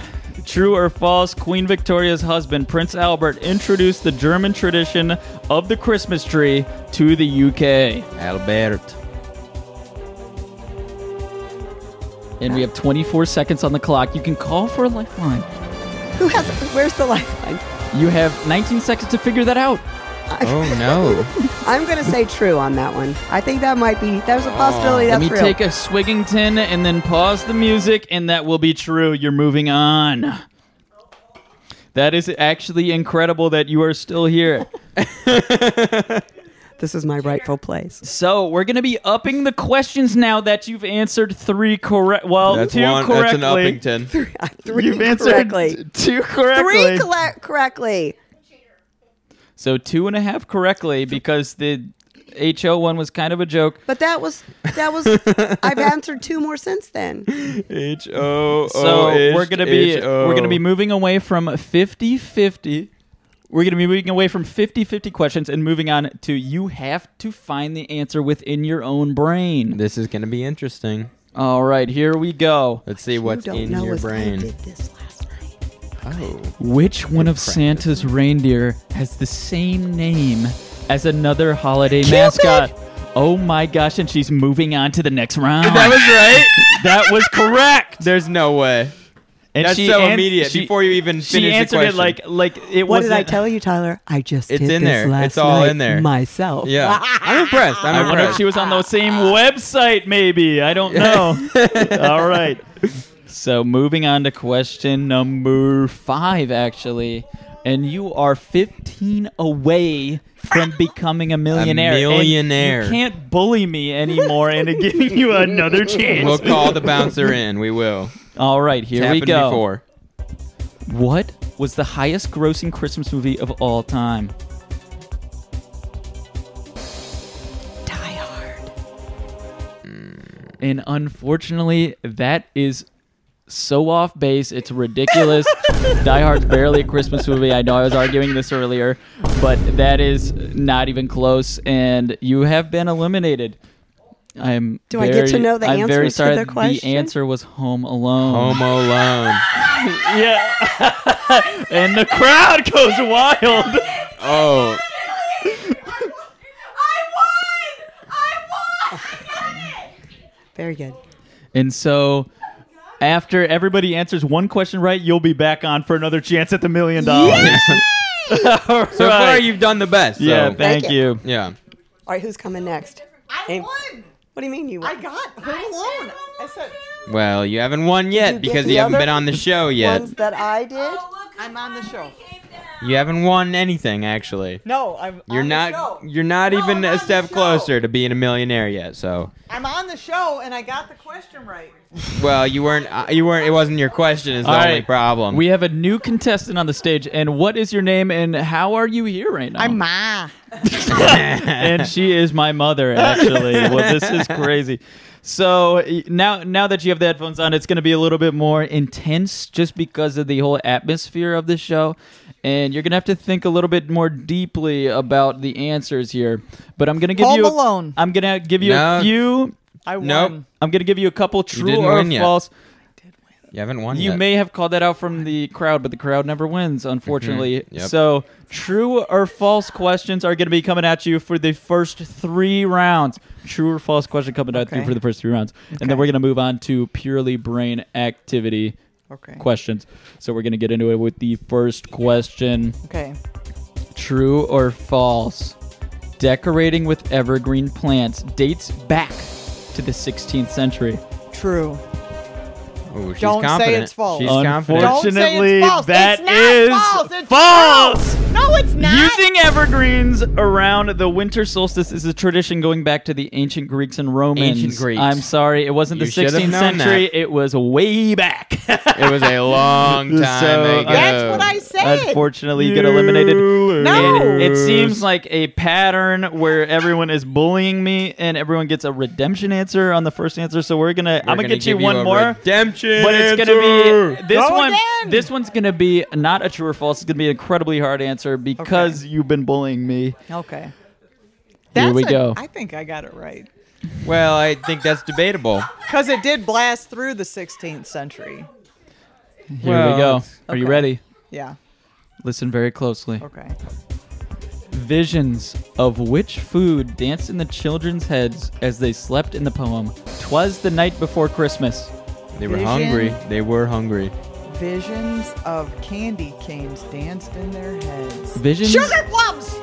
[SPEAKER 2] True or false, Queen Victoria's husband, Prince Albert, introduced the German tradition of the Christmas tree to the UK.
[SPEAKER 1] Albert.
[SPEAKER 2] And we have 24 seconds on the clock. You can call for a lifeline.
[SPEAKER 7] Who has? Where's the lifeline?
[SPEAKER 2] You have 19 seconds to figure that out.
[SPEAKER 1] Oh no.
[SPEAKER 7] I'm going to say true on that one. I think that might be. There's a possibility
[SPEAKER 2] Let
[SPEAKER 7] that's
[SPEAKER 2] me
[SPEAKER 7] real.
[SPEAKER 2] take a Swiggington and then pause the music, and that will be true. You're moving on. That is actually incredible that you are still here.
[SPEAKER 7] this is my rightful place.
[SPEAKER 2] So we're gonna be upping the questions now that you've answered three correct. Well,
[SPEAKER 1] That's
[SPEAKER 2] two
[SPEAKER 1] one. That's
[SPEAKER 2] correctly.
[SPEAKER 1] an Uppington.
[SPEAKER 7] Three
[SPEAKER 2] You've answered
[SPEAKER 7] correctly.
[SPEAKER 2] t- two correctly.
[SPEAKER 7] Three colle- correctly.
[SPEAKER 2] so two and a half correctly because the HO one was kind of a joke.
[SPEAKER 7] But that was that was. I've answered two more since then.
[SPEAKER 1] H O
[SPEAKER 2] So
[SPEAKER 1] O Oh, H.
[SPEAKER 2] we're gonna be
[SPEAKER 1] H-O.
[SPEAKER 2] we're gonna be moving away from 50-50. We're gonna be moving away from 50-50 questions and moving on to you have to find the answer within your own brain.
[SPEAKER 1] This is gonna be interesting.
[SPEAKER 2] All right, here we go.
[SPEAKER 1] Let's see what's
[SPEAKER 7] you don't
[SPEAKER 1] in
[SPEAKER 7] know
[SPEAKER 1] your
[SPEAKER 7] if I
[SPEAKER 1] brain.
[SPEAKER 7] did this last night.
[SPEAKER 1] Oh.
[SPEAKER 2] Which one of Santa's reindeer has the same name as another holiday mascot? Oh my gosh, and she's moving on to the next round.
[SPEAKER 1] That was right.
[SPEAKER 2] that was correct.
[SPEAKER 1] There's no way.
[SPEAKER 2] And
[SPEAKER 1] That's
[SPEAKER 2] she
[SPEAKER 1] so
[SPEAKER 2] an-
[SPEAKER 1] immediate.
[SPEAKER 2] she-
[SPEAKER 1] Before you even finish
[SPEAKER 2] she
[SPEAKER 1] the
[SPEAKER 2] answered it
[SPEAKER 1] question.
[SPEAKER 2] like like it
[SPEAKER 7] What
[SPEAKER 2] was
[SPEAKER 7] did I tell you, Tyler? I just
[SPEAKER 1] It's
[SPEAKER 7] did
[SPEAKER 1] in
[SPEAKER 7] this
[SPEAKER 1] there.
[SPEAKER 7] last
[SPEAKER 1] It's all
[SPEAKER 7] night
[SPEAKER 1] in there.
[SPEAKER 7] myself.
[SPEAKER 1] Yeah. I'm impressed. I'm
[SPEAKER 2] I wonder if
[SPEAKER 1] impressed.
[SPEAKER 2] she was on the same website, maybe. I don't know. All right. So moving on to question number five, actually. And you are 15 away from becoming a millionaire. and
[SPEAKER 1] millionaire.
[SPEAKER 2] you can't bully me anymore into giving you another chance.
[SPEAKER 1] We'll call the bouncer in. We will.
[SPEAKER 2] All right, here
[SPEAKER 1] It's
[SPEAKER 2] we
[SPEAKER 1] happened
[SPEAKER 2] go.
[SPEAKER 1] before.
[SPEAKER 2] What was the highest grossing Christmas movie of all time?
[SPEAKER 7] Die Hard.
[SPEAKER 2] And unfortunately, that is so off base. It's ridiculous. Die Hard's barely a Christmas movie. I know I was arguing this earlier, but that is not even close. And you have been eliminated. I'm.
[SPEAKER 7] Do I get
[SPEAKER 2] very-
[SPEAKER 7] to know the
[SPEAKER 2] I'm
[SPEAKER 7] answer
[SPEAKER 2] very
[SPEAKER 7] to
[SPEAKER 2] sorry.
[SPEAKER 7] the question?
[SPEAKER 2] answer was Home Alone.
[SPEAKER 1] Home Alone.
[SPEAKER 2] Yeah. and the crowd goes wild.
[SPEAKER 1] Oh,
[SPEAKER 7] Very good.
[SPEAKER 2] And so. After everybody answers one question right, you'll be back on for another chance at the million dollars.
[SPEAKER 1] so far
[SPEAKER 2] All right.
[SPEAKER 1] you've done the best. so-
[SPEAKER 2] Yeah, thank
[SPEAKER 7] Thank
[SPEAKER 2] you.
[SPEAKER 1] yeah.
[SPEAKER 7] All right, who's coming next? I won. What do you mean you won? I got
[SPEAKER 4] alone. I said,
[SPEAKER 1] Well, you haven't won yet
[SPEAKER 7] You get
[SPEAKER 1] because
[SPEAKER 7] the
[SPEAKER 1] you haven't
[SPEAKER 7] other
[SPEAKER 1] been on the show yet.
[SPEAKER 7] ones that I did.
[SPEAKER 4] I'm on the show.
[SPEAKER 1] You haven't won anything actually.
[SPEAKER 8] No, I'm.
[SPEAKER 1] You're
[SPEAKER 8] on the
[SPEAKER 1] not.
[SPEAKER 8] show.
[SPEAKER 1] You're not
[SPEAKER 8] No,
[SPEAKER 1] even
[SPEAKER 8] I'm
[SPEAKER 1] a
[SPEAKER 8] on the
[SPEAKER 1] step
[SPEAKER 8] show.
[SPEAKER 1] closer to being a millionaire yet. So,
[SPEAKER 8] I'm on the show, and I got the question right.
[SPEAKER 1] well, you weren't. uh, You weren't. It wasn't your question. Is the
[SPEAKER 2] All
[SPEAKER 1] only
[SPEAKER 2] right.
[SPEAKER 1] problem.
[SPEAKER 2] We have a new contestant on the stage, and what is your name, and how are you here right now?
[SPEAKER 8] I'm Ma.
[SPEAKER 2] and she is my mother, actually. well, this is crazy. So y- now, now that you have the headphones on, it's going to be a little bit more intense, just because of the whole atmosphere of the show. And you're gonna have to think a little bit more deeply about the answers here. But I'm gonna give
[SPEAKER 8] Home
[SPEAKER 2] you.
[SPEAKER 8] Alone.
[SPEAKER 2] I'm gonna give you a
[SPEAKER 1] No.
[SPEAKER 2] few.
[SPEAKER 8] I won.
[SPEAKER 1] Nope.
[SPEAKER 2] I'm gonna give you a couple true
[SPEAKER 1] didn't
[SPEAKER 2] or
[SPEAKER 1] win yet.
[SPEAKER 2] false.
[SPEAKER 1] you haven't won.
[SPEAKER 2] You
[SPEAKER 1] yet.
[SPEAKER 2] may have called that out from the crowd, but the crowd never wins, unfortunately.
[SPEAKER 1] Yep.
[SPEAKER 2] So, true or false questions are going to be coming at you for the first three rounds. True or false question coming at you
[SPEAKER 8] Okay.
[SPEAKER 2] for the first three rounds. And
[SPEAKER 8] Okay.
[SPEAKER 2] then we're going to move on to purely brain activity
[SPEAKER 8] Okay.
[SPEAKER 2] questions. So, we're going to get into it with the first question
[SPEAKER 8] Okay.
[SPEAKER 2] True or false? Decorating with evergreen plants dates back to the 16th century.
[SPEAKER 8] True.
[SPEAKER 1] Ooh, she's
[SPEAKER 8] Don't say
[SPEAKER 1] confident.
[SPEAKER 8] it's false.
[SPEAKER 1] She's confident.
[SPEAKER 8] Don't say
[SPEAKER 2] Unfortunately,
[SPEAKER 8] it's false.
[SPEAKER 2] that
[SPEAKER 8] it's not
[SPEAKER 2] is
[SPEAKER 8] false. It's
[SPEAKER 2] false.
[SPEAKER 8] true. No, it's not.
[SPEAKER 2] Using evergreens around the winter solstice is a tradition going back to the ancient Greeks and Romans.
[SPEAKER 1] Ancient Greeks.
[SPEAKER 2] I'm sorry, it wasn't the
[SPEAKER 1] You should have
[SPEAKER 2] 16th
[SPEAKER 1] known
[SPEAKER 2] century. It was way back.
[SPEAKER 1] It was a long time
[SPEAKER 2] So,
[SPEAKER 1] ago.
[SPEAKER 8] That's what I said.
[SPEAKER 2] Unfortunately, you get eliminated.
[SPEAKER 8] No.
[SPEAKER 2] And it seems like a pattern where everyone is bullying me, and everyone gets a redemption answer on the first answer. So we're gonna,
[SPEAKER 1] We're
[SPEAKER 2] I'm gonna,
[SPEAKER 1] gonna
[SPEAKER 2] get you
[SPEAKER 1] give
[SPEAKER 2] one
[SPEAKER 1] a
[SPEAKER 2] more.
[SPEAKER 1] redemption.
[SPEAKER 2] But it's gonna
[SPEAKER 1] answer.
[SPEAKER 2] be this
[SPEAKER 8] Go
[SPEAKER 2] one.
[SPEAKER 8] again.
[SPEAKER 2] This one's gonna be not a true or false. It's gonna be an incredibly hard answer because you've been bullying me.
[SPEAKER 8] Okay.
[SPEAKER 2] Here we
[SPEAKER 8] a-
[SPEAKER 2] go.
[SPEAKER 8] I think I got it right
[SPEAKER 1] Well, I think that's debatable.
[SPEAKER 8] because it did blast through the 16th century.
[SPEAKER 2] Here we
[SPEAKER 1] Well,
[SPEAKER 2] go.
[SPEAKER 1] it's-
[SPEAKER 2] Are you
[SPEAKER 8] okay.
[SPEAKER 2] ready?
[SPEAKER 8] Yeah.
[SPEAKER 2] Listen very closely.
[SPEAKER 8] Okay.
[SPEAKER 2] Visions of which food danced in the children's heads as they slept in the poem "Twas the night before Christmas."
[SPEAKER 1] They were
[SPEAKER 8] Vision.
[SPEAKER 1] hungry. They were hungry.
[SPEAKER 8] Visions of candy canes danced in their heads.
[SPEAKER 2] Visions.
[SPEAKER 8] Sugar plums.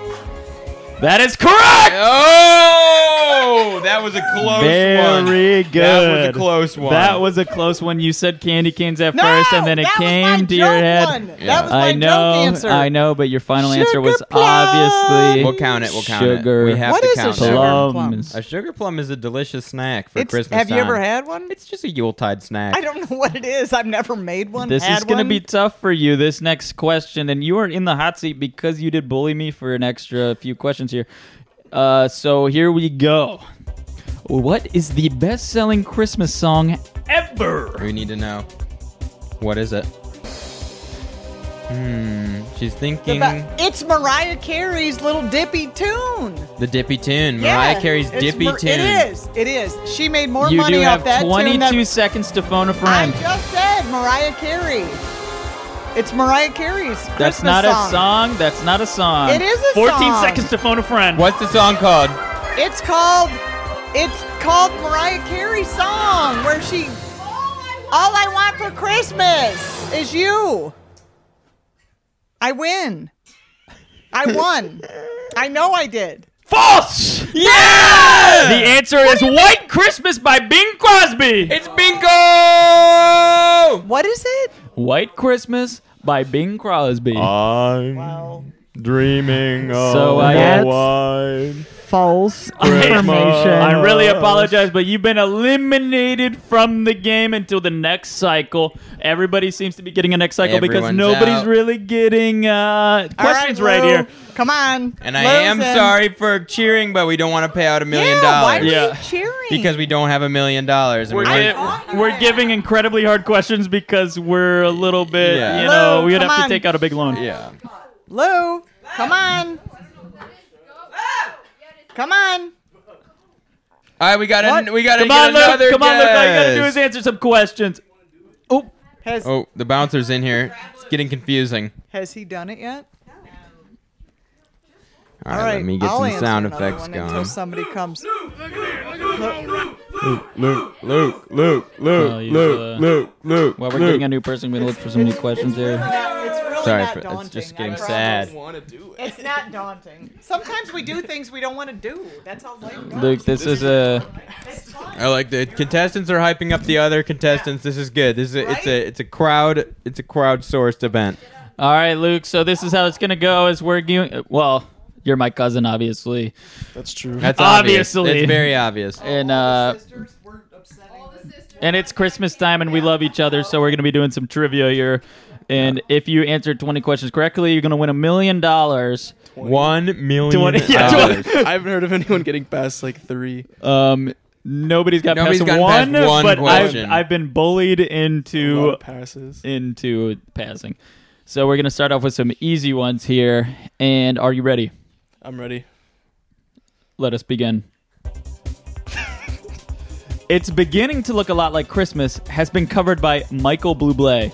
[SPEAKER 2] That is correct.
[SPEAKER 1] Oh, that was a close one.
[SPEAKER 2] Very good.
[SPEAKER 1] That was a close one.
[SPEAKER 2] That was a close one. You said candy canes at
[SPEAKER 8] No,
[SPEAKER 2] first, and then it
[SPEAKER 8] that was my
[SPEAKER 2] came to your
[SPEAKER 8] joke
[SPEAKER 2] head.
[SPEAKER 8] One.
[SPEAKER 1] Yeah.
[SPEAKER 8] That was my
[SPEAKER 2] I know,
[SPEAKER 8] joke answer.
[SPEAKER 2] I know, but your final answer
[SPEAKER 8] Sugar
[SPEAKER 2] was
[SPEAKER 8] plum.
[SPEAKER 2] obviously
[SPEAKER 1] We'll count it. We'll count
[SPEAKER 2] sugar.
[SPEAKER 1] it. We have
[SPEAKER 8] What
[SPEAKER 1] to
[SPEAKER 8] is a
[SPEAKER 1] count
[SPEAKER 8] sugar
[SPEAKER 1] it.
[SPEAKER 2] plums.
[SPEAKER 8] plum?
[SPEAKER 1] A sugar plum is a delicious snack for
[SPEAKER 8] It's-
[SPEAKER 1] Christmas
[SPEAKER 8] have you ever
[SPEAKER 1] time.
[SPEAKER 8] had one?
[SPEAKER 1] It's just a Yuletide snack.
[SPEAKER 8] I don't know what it is. I've never made one.
[SPEAKER 2] This
[SPEAKER 8] had
[SPEAKER 2] is going to
[SPEAKER 8] one.
[SPEAKER 2] be tough for you. This next question, and you are in the hot seat because you did bully me for an extra few questions here. Uh, so here we go. What is the best-selling Christmas song ever?
[SPEAKER 1] We need to know. What is it? Hmm. She's
[SPEAKER 8] The
[SPEAKER 1] thinking
[SPEAKER 8] ba-
[SPEAKER 1] the,
[SPEAKER 8] it's Mariah Carey's little dippy tune.
[SPEAKER 1] Dippy Tune. Mariah
[SPEAKER 8] yeah,
[SPEAKER 1] Carey's
[SPEAKER 8] it's
[SPEAKER 1] Dippy
[SPEAKER 8] Mar-
[SPEAKER 1] Tune.
[SPEAKER 8] It is. It is. She made more
[SPEAKER 2] You
[SPEAKER 8] money
[SPEAKER 2] do
[SPEAKER 8] off
[SPEAKER 2] have
[SPEAKER 8] that tune
[SPEAKER 2] 22
[SPEAKER 8] than
[SPEAKER 2] seconds to phone a
[SPEAKER 8] I
[SPEAKER 2] friend.
[SPEAKER 8] just said Mariah Carey. It's Mariah Carey's Christmas
[SPEAKER 2] That's not
[SPEAKER 8] song.
[SPEAKER 2] a song. That's not a song.
[SPEAKER 8] It is a
[SPEAKER 2] 14
[SPEAKER 8] song.
[SPEAKER 2] seconds to phone a friend.
[SPEAKER 1] What's the song called?
[SPEAKER 8] It's called. It's called Mariah Carey's song where she. All I want for Christmas is you. I win. I won. I know I did.
[SPEAKER 2] False. Yeah. The answer is White Christmas by Bing Crosby.
[SPEAKER 1] It's Bingo.
[SPEAKER 8] What is it?
[SPEAKER 2] White Christmas by Bing Crosby.
[SPEAKER 9] I'm
[SPEAKER 8] Wow.
[SPEAKER 9] dreaming of
[SPEAKER 2] So, uh,
[SPEAKER 9] a
[SPEAKER 2] that's-
[SPEAKER 9] wine.
[SPEAKER 8] False
[SPEAKER 2] I really apologize, but you've been eliminated from the game until the next cycle. Everybody seems to be getting a next cycle because
[SPEAKER 1] Everyone's
[SPEAKER 2] nobody's
[SPEAKER 1] out.
[SPEAKER 2] really getting uh, questions right, here.
[SPEAKER 8] Come on.
[SPEAKER 1] And I am
[SPEAKER 8] Listen.
[SPEAKER 1] sorry for cheering, but we don't want to pay out a million
[SPEAKER 8] yeah, Why are
[SPEAKER 1] dollars
[SPEAKER 2] Yeah.
[SPEAKER 8] you cheering?
[SPEAKER 1] because we don't have a million dollars. and
[SPEAKER 2] We're,
[SPEAKER 1] we
[SPEAKER 2] gi- we're giving incredibly hard questions because we're a little bit,
[SPEAKER 1] Yeah.
[SPEAKER 2] you know,
[SPEAKER 8] Lou,
[SPEAKER 2] we'd
[SPEAKER 8] come
[SPEAKER 2] have to
[SPEAKER 8] on.
[SPEAKER 2] take out a big loan.
[SPEAKER 1] yeah.
[SPEAKER 8] Lou, come on. Come on.
[SPEAKER 1] All right, we got
[SPEAKER 8] What?
[SPEAKER 1] to we got to
[SPEAKER 2] Come
[SPEAKER 1] get
[SPEAKER 2] on,
[SPEAKER 1] another
[SPEAKER 2] Luke. Come on, Luke. All you gotta do
[SPEAKER 1] guess.
[SPEAKER 2] is answer some questions. Oh,
[SPEAKER 8] Has
[SPEAKER 1] Oh, the bouncer's in here. It's getting confusing.
[SPEAKER 8] has he done it yet?
[SPEAKER 1] All right, let me get
[SPEAKER 8] I'll
[SPEAKER 1] some
[SPEAKER 8] answer
[SPEAKER 1] sound
[SPEAKER 8] another
[SPEAKER 1] effects
[SPEAKER 8] one until
[SPEAKER 1] going.
[SPEAKER 8] somebody comes.
[SPEAKER 9] Luke, Luke, Luke, Luke,
[SPEAKER 2] Oh, you, uh,
[SPEAKER 9] Luke, Luke, Luke.
[SPEAKER 2] Well, we're
[SPEAKER 9] Luke.
[SPEAKER 2] getting a new person. We look for some new questions
[SPEAKER 8] Really
[SPEAKER 2] here.
[SPEAKER 8] not- it's really
[SPEAKER 1] Sorry
[SPEAKER 8] not
[SPEAKER 1] for- it's
[SPEAKER 8] daunting.
[SPEAKER 1] just
[SPEAKER 8] I
[SPEAKER 1] getting
[SPEAKER 8] promise.
[SPEAKER 1] sad.
[SPEAKER 8] It's not daunting. Sometimes we do things we don't want to do. That's how life goes.
[SPEAKER 2] Luke, this is a.
[SPEAKER 8] It's fine.
[SPEAKER 1] I like the contestants are hyping up the other contestants. This is good. This is a, it's a it's a crowd it's a crowd sourced event.
[SPEAKER 2] All right, Luke. So this is how it's gonna go. Is we're going. Well, you're my cousin, obviously,
[SPEAKER 10] That's true.
[SPEAKER 1] That's obvious.
[SPEAKER 2] Obviously.
[SPEAKER 1] It's very obvious.
[SPEAKER 2] and uh, and it's Christmas time, and we love each other. So we're gonna be doing some trivia here. And if you answer 20 questions correctly, you're gonna win a million dollars.
[SPEAKER 1] One million
[SPEAKER 2] Twenty- yeah,
[SPEAKER 1] dollars.
[SPEAKER 10] I haven't heard of anyone getting past like three.
[SPEAKER 2] Um, nobody's got
[SPEAKER 1] Nobody's
[SPEAKER 2] past
[SPEAKER 1] gotten
[SPEAKER 2] one,
[SPEAKER 1] past one
[SPEAKER 2] but
[SPEAKER 1] question.
[SPEAKER 2] I've, I've been bullied
[SPEAKER 10] A
[SPEAKER 2] into
[SPEAKER 10] lot of passes.
[SPEAKER 2] into passing. So we're gonna start off with some easy ones here. And are you ready?
[SPEAKER 10] I'm ready.
[SPEAKER 2] Let us begin. it's beginning to look a lot like Christmas. Has been covered by Michael Bublé.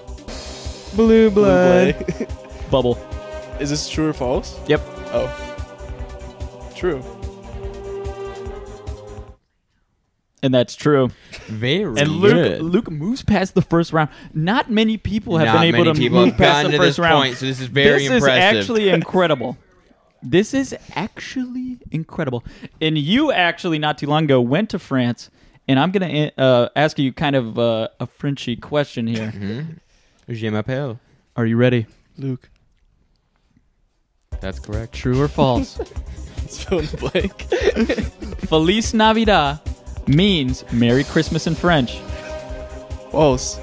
[SPEAKER 10] Blue blood.
[SPEAKER 2] Bubble.
[SPEAKER 10] Is this true or false?
[SPEAKER 2] Yep.
[SPEAKER 10] Oh. True.
[SPEAKER 2] And that's true.
[SPEAKER 1] Very
[SPEAKER 2] And Luke
[SPEAKER 1] good.
[SPEAKER 2] Luke moves past the first round. Not many people have
[SPEAKER 1] Not
[SPEAKER 2] been able
[SPEAKER 1] many
[SPEAKER 2] to
[SPEAKER 1] people
[SPEAKER 2] move
[SPEAKER 1] have
[SPEAKER 2] past
[SPEAKER 1] gotten
[SPEAKER 2] the
[SPEAKER 1] to
[SPEAKER 2] first
[SPEAKER 1] this
[SPEAKER 2] round.
[SPEAKER 1] point, so this is very
[SPEAKER 2] this
[SPEAKER 1] impressive.
[SPEAKER 2] is actually incredible. this is actually incredible. And you actually not too long ago went to France, and I'm gonna uh, ask you kind of uh, a Frenchy question here.
[SPEAKER 1] Je m'appelle.
[SPEAKER 2] Are you ready?
[SPEAKER 10] Luke.
[SPEAKER 1] That's correct.
[SPEAKER 2] True or false?
[SPEAKER 10] It's fill in the blank.
[SPEAKER 2] Feliz Navidad means Merry Christmas in French.
[SPEAKER 10] false.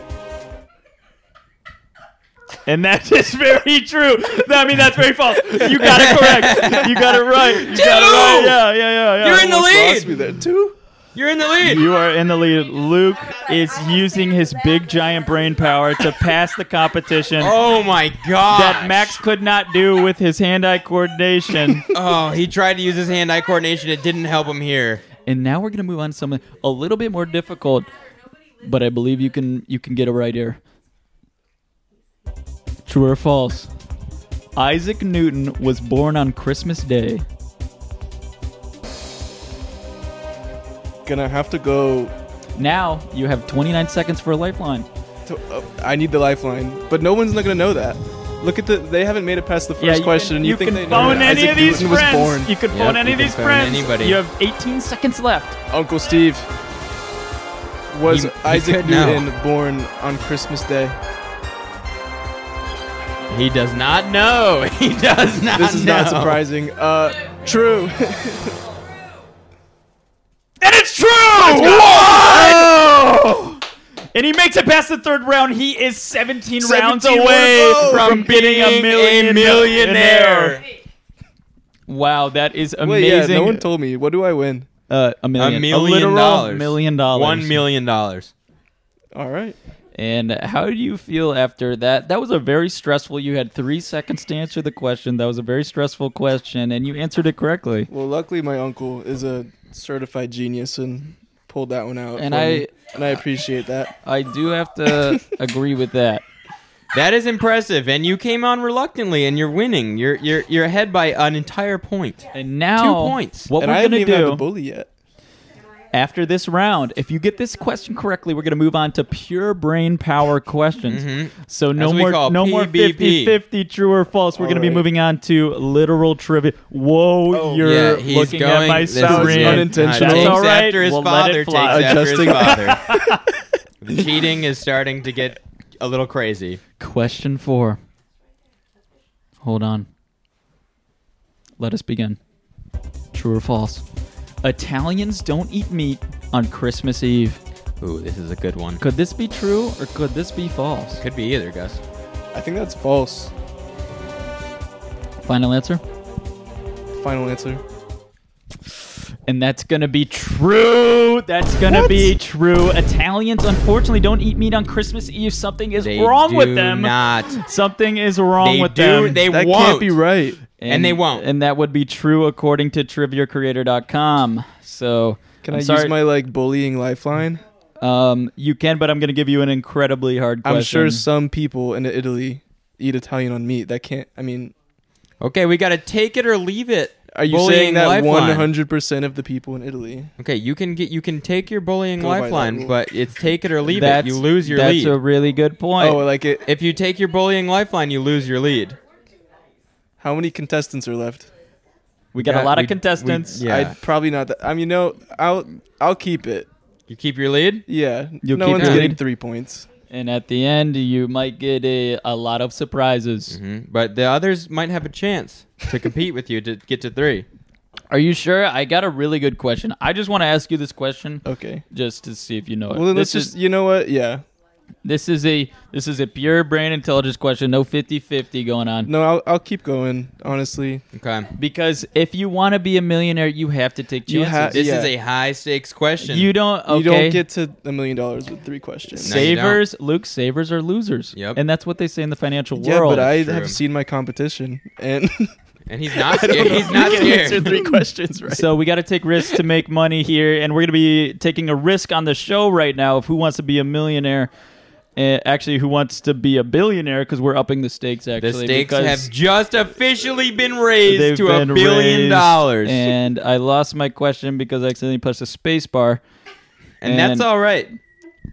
[SPEAKER 2] And that is very true. I mean, that's very false. You got it correct. You got it right. You got it right. Yeah, yeah, yeah. yeah.
[SPEAKER 1] You're in the
[SPEAKER 10] Lost me
[SPEAKER 1] lead.
[SPEAKER 10] there too.
[SPEAKER 1] You're in the lead.
[SPEAKER 2] You are in the lead. Luke is using his big giant brain power to pass the competition
[SPEAKER 1] Oh my god.
[SPEAKER 2] that Max could not do with his hand-eye coordination.
[SPEAKER 1] Oh, he tried to use his hand-eye coordination. It didn't help him here.
[SPEAKER 2] and now we're gonna move on to something a little bit more difficult, but I believe you can you can get it right here. True or false? Isaac Newton was born on Christmas Day.
[SPEAKER 10] Gonna have to go.
[SPEAKER 2] Now you have 29 seconds for a lifeline.
[SPEAKER 10] To, uh, I need the lifeline, but no one's not gonna know that. Look at the. They haven't made it past the first question. and you, think they know
[SPEAKER 2] phone
[SPEAKER 10] that
[SPEAKER 2] any
[SPEAKER 10] Isaac
[SPEAKER 2] of these
[SPEAKER 10] Newton was
[SPEAKER 2] friends.
[SPEAKER 10] born.
[SPEAKER 2] You could
[SPEAKER 1] Yep,
[SPEAKER 2] phone any
[SPEAKER 1] you
[SPEAKER 2] of
[SPEAKER 1] can
[SPEAKER 2] these
[SPEAKER 1] phone
[SPEAKER 2] friends.
[SPEAKER 1] anybody.
[SPEAKER 2] You have 18 seconds left.
[SPEAKER 10] Uncle Steve. Was
[SPEAKER 1] He- he
[SPEAKER 10] Isaac
[SPEAKER 1] could know.
[SPEAKER 10] Newton born on Christmas Day?
[SPEAKER 1] He does not know. He does not
[SPEAKER 10] This is
[SPEAKER 1] know.
[SPEAKER 10] not surprising. Uh, true.
[SPEAKER 2] And it's true. And he makes it past the third round. He is 17, rounds
[SPEAKER 10] 17
[SPEAKER 2] away
[SPEAKER 10] rounds.
[SPEAKER 2] from,
[SPEAKER 1] From
[SPEAKER 2] being a,
[SPEAKER 1] being a
[SPEAKER 2] million
[SPEAKER 1] millionaire.
[SPEAKER 2] Wow, that is amazing.
[SPEAKER 10] Wait, yeah, no one told me. What do I win?
[SPEAKER 2] uh, a
[SPEAKER 1] A
[SPEAKER 2] million,
[SPEAKER 1] million
[SPEAKER 2] literal
[SPEAKER 1] dollars.
[SPEAKER 2] million dollars.
[SPEAKER 1] One million dollars.
[SPEAKER 10] All right.
[SPEAKER 2] And how do you feel after that? That was a very stressful. You had three seconds to answer the question. That was a very stressful question, and you answered it correctly.
[SPEAKER 10] Well, luckily my uncle is a certified genius and pulled that one out.
[SPEAKER 2] And
[SPEAKER 10] for
[SPEAKER 2] I-
[SPEAKER 10] me, and I appreciate that.
[SPEAKER 2] I do have to agree with that.
[SPEAKER 1] That is impressive. And you came on reluctantly, and you're winning. You're you're you're ahead by an entire point.
[SPEAKER 2] And now,
[SPEAKER 1] Two points.
[SPEAKER 2] What
[SPEAKER 10] and I
[SPEAKER 2] we're
[SPEAKER 10] haven't
[SPEAKER 2] gonna
[SPEAKER 10] even had the
[SPEAKER 2] do
[SPEAKER 10] bully yet.
[SPEAKER 2] after this round, if you get this question correctly, we're gonna move on to pure brain power questions. So
[SPEAKER 1] Mm-hmm. That's
[SPEAKER 2] no
[SPEAKER 1] what we
[SPEAKER 2] more,
[SPEAKER 1] call
[SPEAKER 2] no more
[SPEAKER 1] PVP.
[SPEAKER 2] 50-50 true or false. We're
[SPEAKER 10] All
[SPEAKER 2] gonna be
[SPEAKER 10] right.
[SPEAKER 2] moving on to literal trivia. Whoa, you're
[SPEAKER 1] Oh, yeah, he's
[SPEAKER 2] looking
[SPEAKER 1] going.
[SPEAKER 2] at my
[SPEAKER 1] this is
[SPEAKER 10] was
[SPEAKER 2] screen.
[SPEAKER 1] it.
[SPEAKER 10] unintentional.
[SPEAKER 1] Uh,
[SPEAKER 10] That's
[SPEAKER 1] takes
[SPEAKER 2] all right.
[SPEAKER 1] After his
[SPEAKER 2] We'll let
[SPEAKER 1] father
[SPEAKER 2] it fly.
[SPEAKER 1] takes
[SPEAKER 10] Adjusting.
[SPEAKER 1] after his father. the cheating is starting to get a little crazy.
[SPEAKER 2] Question four. Hold on. Let us begin. True or false? Italians don't eat meat on Christmas Eve.
[SPEAKER 1] Ooh, this is a good one.
[SPEAKER 2] Could this be true or could this be false?
[SPEAKER 1] Could be either, Gus.
[SPEAKER 10] I think that's false.
[SPEAKER 2] Final answer.
[SPEAKER 10] Final answer.
[SPEAKER 2] And that's gonna be true. That's gonna be true. Italians unfortunately don't eat meat on Christmas Eve. Something is
[SPEAKER 1] They
[SPEAKER 2] wrong
[SPEAKER 1] do
[SPEAKER 2] with them.
[SPEAKER 1] Not.
[SPEAKER 2] Something is wrong
[SPEAKER 1] They
[SPEAKER 2] with
[SPEAKER 1] do.
[SPEAKER 2] them.
[SPEAKER 1] They
[SPEAKER 10] That
[SPEAKER 1] won't.
[SPEAKER 10] can't be right.
[SPEAKER 1] And they won't.
[SPEAKER 2] And that would be true according to triviacreator.com. So
[SPEAKER 10] Can
[SPEAKER 2] I'm
[SPEAKER 10] i
[SPEAKER 2] sorry.
[SPEAKER 10] use my like bullying lifeline?
[SPEAKER 2] Um, you can, but I'm going to give you an incredibly hard question.
[SPEAKER 10] I'm sure some people in Italy eat Italian on meat. That can't. I mean,
[SPEAKER 1] Okay, we got to take it or leave it.
[SPEAKER 10] are you
[SPEAKER 1] Bullying
[SPEAKER 10] saying that
[SPEAKER 1] lifeline.
[SPEAKER 10] 100 percent of the people in Italy?
[SPEAKER 1] Okay, you can get you can take your bullying
[SPEAKER 10] Go by that
[SPEAKER 1] lifeline,
[SPEAKER 10] rule.
[SPEAKER 1] but it's take it or leave
[SPEAKER 2] that's,
[SPEAKER 1] it. You lose your
[SPEAKER 2] That's
[SPEAKER 1] lead.
[SPEAKER 2] a really good point.
[SPEAKER 10] Oh, like it.
[SPEAKER 1] if you take your bullying lifeline, you lose your lead.
[SPEAKER 10] How many contestants are left?
[SPEAKER 2] we got
[SPEAKER 1] Yeah,
[SPEAKER 2] a lot
[SPEAKER 1] we-
[SPEAKER 2] of contestants.
[SPEAKER 1] we- Yeah.
[SPEAKER 10] I'd probably not. That, I mean, no. I'll I'll keep it.
[SPEAKER 1] You keep your lead.
[SPEAKER 10] Yeah.
[SPEAKER 2] You'll
[SPEAKER 10] no
[SPEAKER 2] keep
[SPEAKER 10] one's
[SPEAKER 1] your
[SPEAKER 10] getting
[SPEAKER 2] lead?
[SPEAKER 10] three points.
[SPEAKER 2] And at the end, you might get a, a lot of surprises.
[SPEAKER 1] Mhm. But the others might have a chance to compete with you to get to three.
[SPEAKER 2] Are you sure? I got a really good question. I just want to ask you this question
[SPEAKER 10] Okay.
[SPEAKER 2] just to see if you know it.
[SPEAKER 10] Well, then let's
[SPEAKER 2] this
[SPEAKER 10] just.
[SPEAKER 2] is,
[SPEAKER 10] You know what? Yeah.
[SPEAKER 2] this is a this is a pure brain intelligence question. No 50-50 going on.
[SPEAKER 10] No, I'll, I'll keep going. Honestly,
[SPEAKER 1] Okay.
[SPEAKER 2] Because if you want to be a millionaire, you have to take
[SPEAKER 10] You
[SPEAKER 2] chances.
[SPEAKER 10] ha-
[SPEAKER 1] This
[SPEAKER 10] Yeah.
[SPEAKER 1] is a high stakes question.
[SPEAKER 2] you don't. Okay.
[SPEAKER 10] you don't get to a million dollars with three questions.
[SPEAKER 1] No, you don't.
[SPEAKER 2] savers. Luke, savers are losers.
[SPEAKER 1] Yep.
[SPEAKER 2] And that's what they say in the financial
[SPEAKER 10] yeah,
[SPEAKER 2] world.
[SPEAKER 10] but I
[SPEAKER 1] True.
[SPEAKER 10] have seen my competition, and
[SPEAKER 1] and he's not
[SPEAKER 10] I don't
[SPEAKER 1] scared.
[SPEAKER 10] know
[SPEAKER 1] He's
[SPEAKER 10] if
[SPEAKER 1] not
[SPEAKER 10] you can answer
[SPEAKER 1] scared.
[SPEAKER 10] three questions right.
[SPEAKER 2] So we got to take risks to make money here, and we're going to be taking a risk on the show right now of who wants to be a millionaire. Uh, actually, who wants to be a billionaire? Because we're upping the stakes. Actually,
[SPEAKER 1] The stakes
[SPEAKER 2] because
[SPEAKER 1] have just officially been raised
[SPEAKER 2] they've
[SPEAKER 1] to a
[SPEAKER 2] been
[SPEAKER 1] billion
[SPEAKER 2] raised,
[SPEAKER 1] dollars. And,
[SPEAKER 2] And I lost my question because I accidentally pushed the space bar.
[SPEAKER 1] that's
[SPEAKER 2] and-
[SPEAKER 1] all right.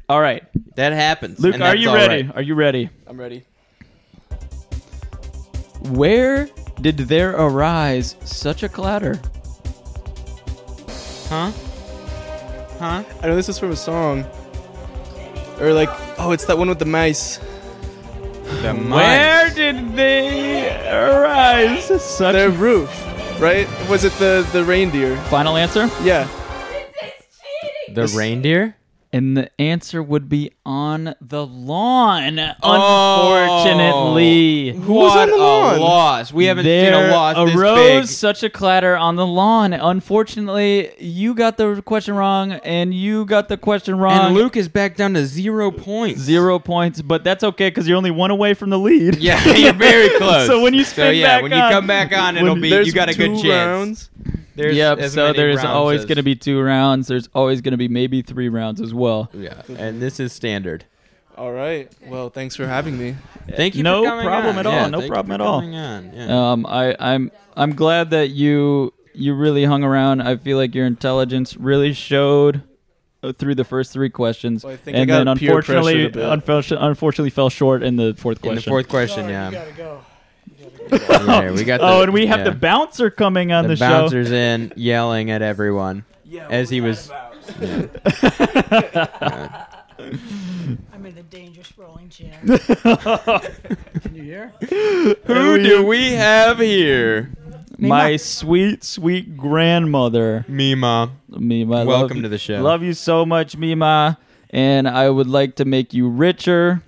[SPEAKER 2] All right,
[SPEAKER 1] That happens.
[SPEAKER 2] Luke,
[SPEAKER 1] and
[SPEAKER 2] are
[SPEAKER 1] that's
[SPEAKER 2] you
[SPEAKER 1] all
[SPEAKER 2] ready?
[SPEAKER 1] right.
[SPEAKER 2] Are you ready?
[SPEAKER 10] I'm ready.
[SPEAKER 2] Where did there arise such a clatter?
[SPEAKER 1] Huh? Huh?
[SPEAKER 10] I know this is from a song, or like, oh, it's that one with the mice.
[SPEAKER 1] The
[SPEAKER 2] Where
[SPEAKER 1] mice.
[SPEAKER 2] did they arise such?
[SPEAKER 10] Their
[SPEAKER 2] a
[SPEAKER 10] roof, right? Was it the the reindeer?
[SPEAKER 2] Final answer.
[SPEAKER 10] Yeah.
[SPEAKER 1] The reindeer?
[SPEAKER 2] And the answer would be on the lawn.
[SPEAKER 1] Oh.
[SPEAKER 2] Unfortunately,
[SPEAKER 1] what
[SPEAKER 10] was on the lawn?
[SPEAKER 1] a loss. We haven't seen
[SPEAKER 2] there
[SPEAKER 1] a loss this
[SPEAKER 2] arose
[SPEAKER 1] big.
[SPEAKER 2] such a clatter on the lawn. Unfortunately, you got the question wrong, and you got the question wrong.
[SPEAKER 1] And Luke is back down to zero points.
[SPEAKER 2] zero points, but that's okay because you're only one away from the lead.
[SPEAKER 1] Yeah, you're very close.
[SPEAKER 2] So when you spin
[SPEAKER 1] yeah,
[SPEAKER 2] back
[SPEAKER 1] when you
[SPEAKER 2] on-
[SPEAKER 1] come back on, it'll
[SPEAKER 2] when
[SPEAKER 1] be
[SPEAKER 10] There's
[SPEAKER 1] you got a good
[SPEAKER 10] two
[SPEAKER 1] chance.
[SPEAKER 10] rounds.
[SPEAKER 1] There's
[SPEAKER 2] Yep.
[SPEAKER 1] as
[SPEAKER 2] So
[SPEAKER 1] many
[SPEAKER 2] there's
[SPEAKER 1] rounds
[SPEAKER 2] always
[SPEAKER 1] as-
[SPEAKER 2] going to be two rounds. There's always going to be maybe three rounds as well.
[SPEAKER 1] Yeah, and this is standard.
[SPEAKER 10] All right. Well, thanks for having me.
[SPEAKER 1] Thank you.
[SPEAKER 2] No
[SPEAKER 1] for coming
[SPEAKER 2] problem
[SPEAKER 1] on.
[SPEAKER 2] at all.
[SPEAKER 1] Yeah,
[SPEAKER 2] No
[SPEAKER 1] thank
[SPEAKER 2] problem
[SPEAKER 1] you for
[SPEAKER 2] at all.
[SPEAKER 1] coming on. Yeah.
[SPEAKER 2] Um, I, I'm I'm glad that you you really hung around. I feel like your intelligence really showed uh, through the first three questions,
[SPEAKER 10] Well, I think I
[SPEAKER 2] and
[SPEAKER 10] got
[SPEAKER 2] then
[SPEAKER 10] peer
[SPEAKER 2] unfortunately,
[SPEAKER 10] pressured a bit.
[SPEAKER 2] unfortunately, unfortunately fell short in the fourth
[SPEAKER 1] in
[SPEAKER 2] question.
[SPEAKER 1] the fourth question, yeah. Yeah, we got
[SPEAKER 2] oh,
[SPEAKER 1] the-
[SPEAKER 2] and we have
[SPEAKER 1] yeah.
[SPEAKER 2] the bouncer coming on
[SPEAKER 1] the,
[SPEAKER 2] the, show.
[SPEAKER 1] bouncers in yelling at everyone as he was.
[SPEAKER 11] I'm in a dangerous rolling chair.
[SPEAKER 1] Who do we have here?
[SPEAKER 2] My sweet, sweet grandmother,
[SPEAKER 1] Mima.
[SPEAKER 2] Mima. I love
[SPEAKER 1] Welcome
[SPEAKER 2] you-
[SPEAKER 1] to the show.
[SPEAKER 2] Love you so much, Mima, and I would like to make you richer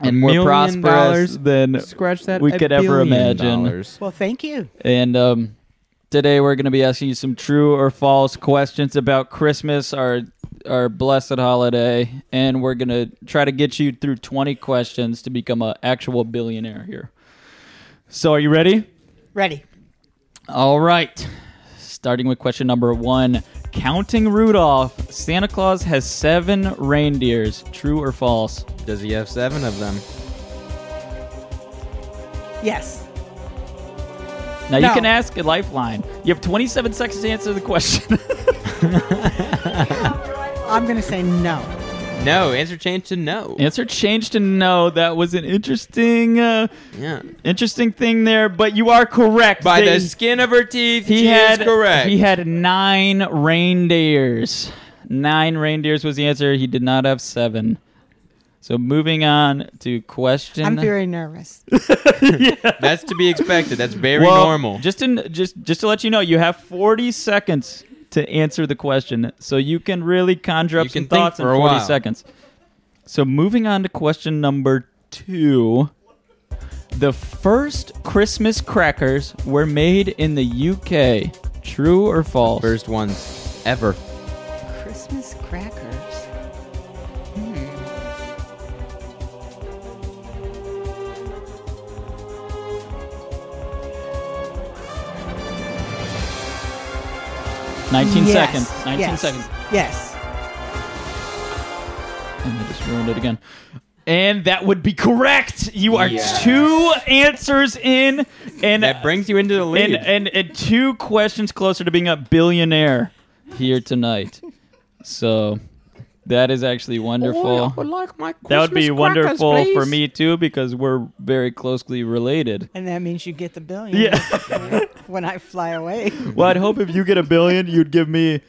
[SPEAKER 2] and more
[SPEAKER 1] million
[SPEAKER 2] prosperous
[SPEAKER 1] dollars?
[SPEAKER 2] than
[SPEAKER 1] Scratch that.
[SPEAKER 2] We
[SPEAKER 1] a
[SPEAKER 2] could ever
[SPEAKER 1] billion
[SPEAKER 2] imagine.
[SPEAKER 1] dollars.
[SPEAKER 11] well, thank you.
[SPEAKER 2] And um, today we're going to be asking you some true or false questions about Christmas, our our blessed holiday, and we're going to try to get you through 20 questions to become an actual billionaire here. So, are you ready?
[SPEAKER 11] Ready.
[SPEAKER 2] All right. Starting with question number 1. Counting Rudolph, Santa Claus has 7 reindeers. True or false?
[SPEAKER 1] Does he have seven of them?
[SPEAKER 11] Yes.
[SPEAKER 2] Now you
[SPEAKER 11] No.
[SPEAKER 2] can ask a lifeline. You have 27 seconds to answer the question.
[SPEAKER 11] I'm going to say no.
[SPEAKER 1] No. Answer change to no.
[SPEAKER 2] Answer changed to no. That was an interesting uh,
[SPEAKER 1] Yeah.
[SPEAKER 2] Interesting thing there, but you are correct.
[SPEAKER 1] By
[SPEAKER 2] They-
[SPEAKER 1] the skin of her teeth,
[SPEAKER 2] he
[SPEAKER 1] she
[SPEAKER 2] had
[SPEAKER 1] is correct.
[SPEAKER 2] He had nine reindeers. Nine reindeers was the answer. He did not have seven. So moving on to question.
[SPEAKER 11] I'm very nervous.
[SPEAKER 1] That's to be expected. That's very
[SPEAKER 2] Well,
[SPEAKER 1] normal.
[SPEAKER 2] Just in, just just to let you know, you have 40 seconds to answer the question, so you can really conjure up
[SPEAKER 1] You
[SPEAKER 2] some
[SPEAKER 1] can think
[SPEAKER 2] thoughts in
[SPEAKER 1] for a
[SPEAKER 2] 40
[SPEAKER 1] while.
[SPEAKER 2] seconds. So moving on to question number two. The first Christmas crackers were made in the UK. True or false?
[SPEAKER 1] First ones ever.
[SPEAKER 11] Christmas crackers.
[SPEAKER 2] Nineteen
[SPEAKER 11] Yes.
[SPEAKER 2] seconds. Nineteen
[SPEAKER 11] Yes.
[SPEAKER 2] seconds.
[SPEAKER 11] Yes.
[SPEAKER 2] And I just ruined it again. And that would be correct. You are two answers in, and
[SPEAKER 1] That brings you into the lead.
[SPEAKER 2] and, and and two questions closer to being a billionaire here tonight. So that is actually
[SPEAKER 11] Oh,
[SPEAKER 2] wonderful.
[SPEAKER 1] like my
[SPEAKER 2] that would be wonderful for me too because we're very closely related.
[SPEAKER 11] And that means you get the billion when I fly away.
[SPEAKER 2] Well, I'd hope if you get a billion, you'd give me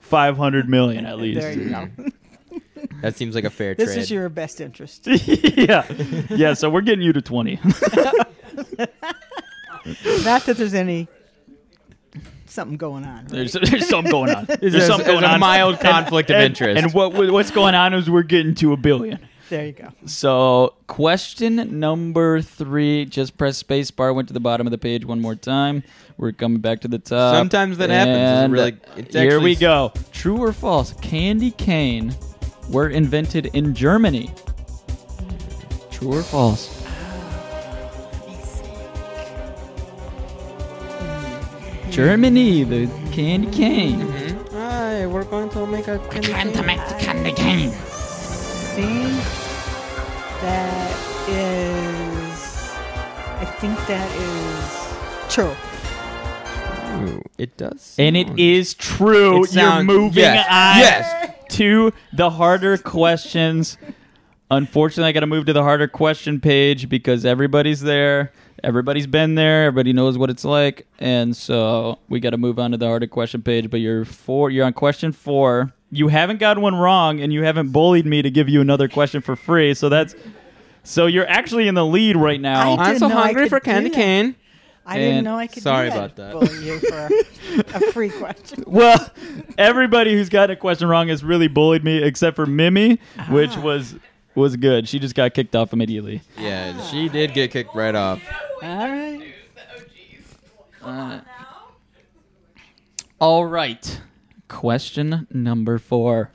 [SPEAKER 2] 500 million at least.
[SPEAKER 11] There you go.
[SPEAKER 1] That seems like a fair
[SPEAKER 11] This
[SPEAKER 1] trade.
[SPEAKER 11] is your best interest.
[SPEAKER 2] yeah. Yeah, so we're getting you to 20.
[SPEAKER 11] Not that there's any something going on.
[SPEAKER 2] There's, there's something going on. There's,
[SPEAKER 1] There's-
[SPEAKER 2] something
[SPEAKER 1] there's
[SPEAKER 2] going
[SPEAKER 1] a
[SPEAKER 2] on.
[SPEAKER 1] mild conflict of
[SPEAKER 2] and-
[SPEAKER 1] interest.
[SPEAKER 2] And what what's going on is we're getting to a billion.
[SPEAKER 11] There you go.
[SPEAKER 2] So, question number three. Just press space bar. Went to the bottom of the page one more time. We're coming back to the top.
[SPEAKER 1] Sometimes that happens. It's
[SPEAKER 2] And
[SPEAKER 1] really- it's
[SPEAKER 2] here we
[SPEAKER 1] actually-
[SPEAKER 2] go. True or false? Candy cane were invented in Germany. True or false? Germany, the candy cane.
[SPEAKER 1] Mm-hmm. Hi, we're going to make a candy cane.
[SPEAKER 11] See? That is. I think that is true.
[SPEAKER 1] Ooh, it does.
[SPEAKER 2] And it is true.
[SPEAKER 1] It sound-
[SPEAKER 2] You're moving
[SPEAKER 1] yes,
[SPEAKER 2] on
[SPEAKER 1] yes.
[SPEAKER 2] to the harder questions. Unfortunately, I got to move to the harder question page because everybody's there. Everybody's been there. Everybody knows what it's like, and so we got to move on to the harder question page. But you're four. You're on question four. You haven't got one wrong, and you haven't bullied me to give you another question for free. So that's so you're actually in the lead right now.
[SPEAKER 11] I
[SPEAKER 1] I'm
[SPEAKER 11] didn't
[SPEAKER 1] so
[SPEAKER 11] know I
[SPEAKER 1] hungry
[SPEAKER 11] could
[SPEAKER 1] for
[SPEAKER 11] do
[SPEAKER 1] candy
[SPEAKER 11] that.
[SPEAKER 1] cane.
[SPEAKER 11] I didn't
[SPEAKER 2] And
[SPEAKER 11] know I could.
[SPEAKER 1] sorry
[SPEAKER 11] do
[SPEAKER 1] about that.
[SPEAKER 11] Bully you for a, a free question.
[SPEAKER 2] Well, everybody who's gotten a question wrong has really bullied me, except for Mimi,
[SPEAKER 11] Ah.
[SPEAKER 2] which was was good. She just got kicked off immediately.
[SPEAKER 1] Yeah, she did get kicked right off.
[SPEAKER 11] All right. Uh,
[SPEAKER 2] All right. Question number four.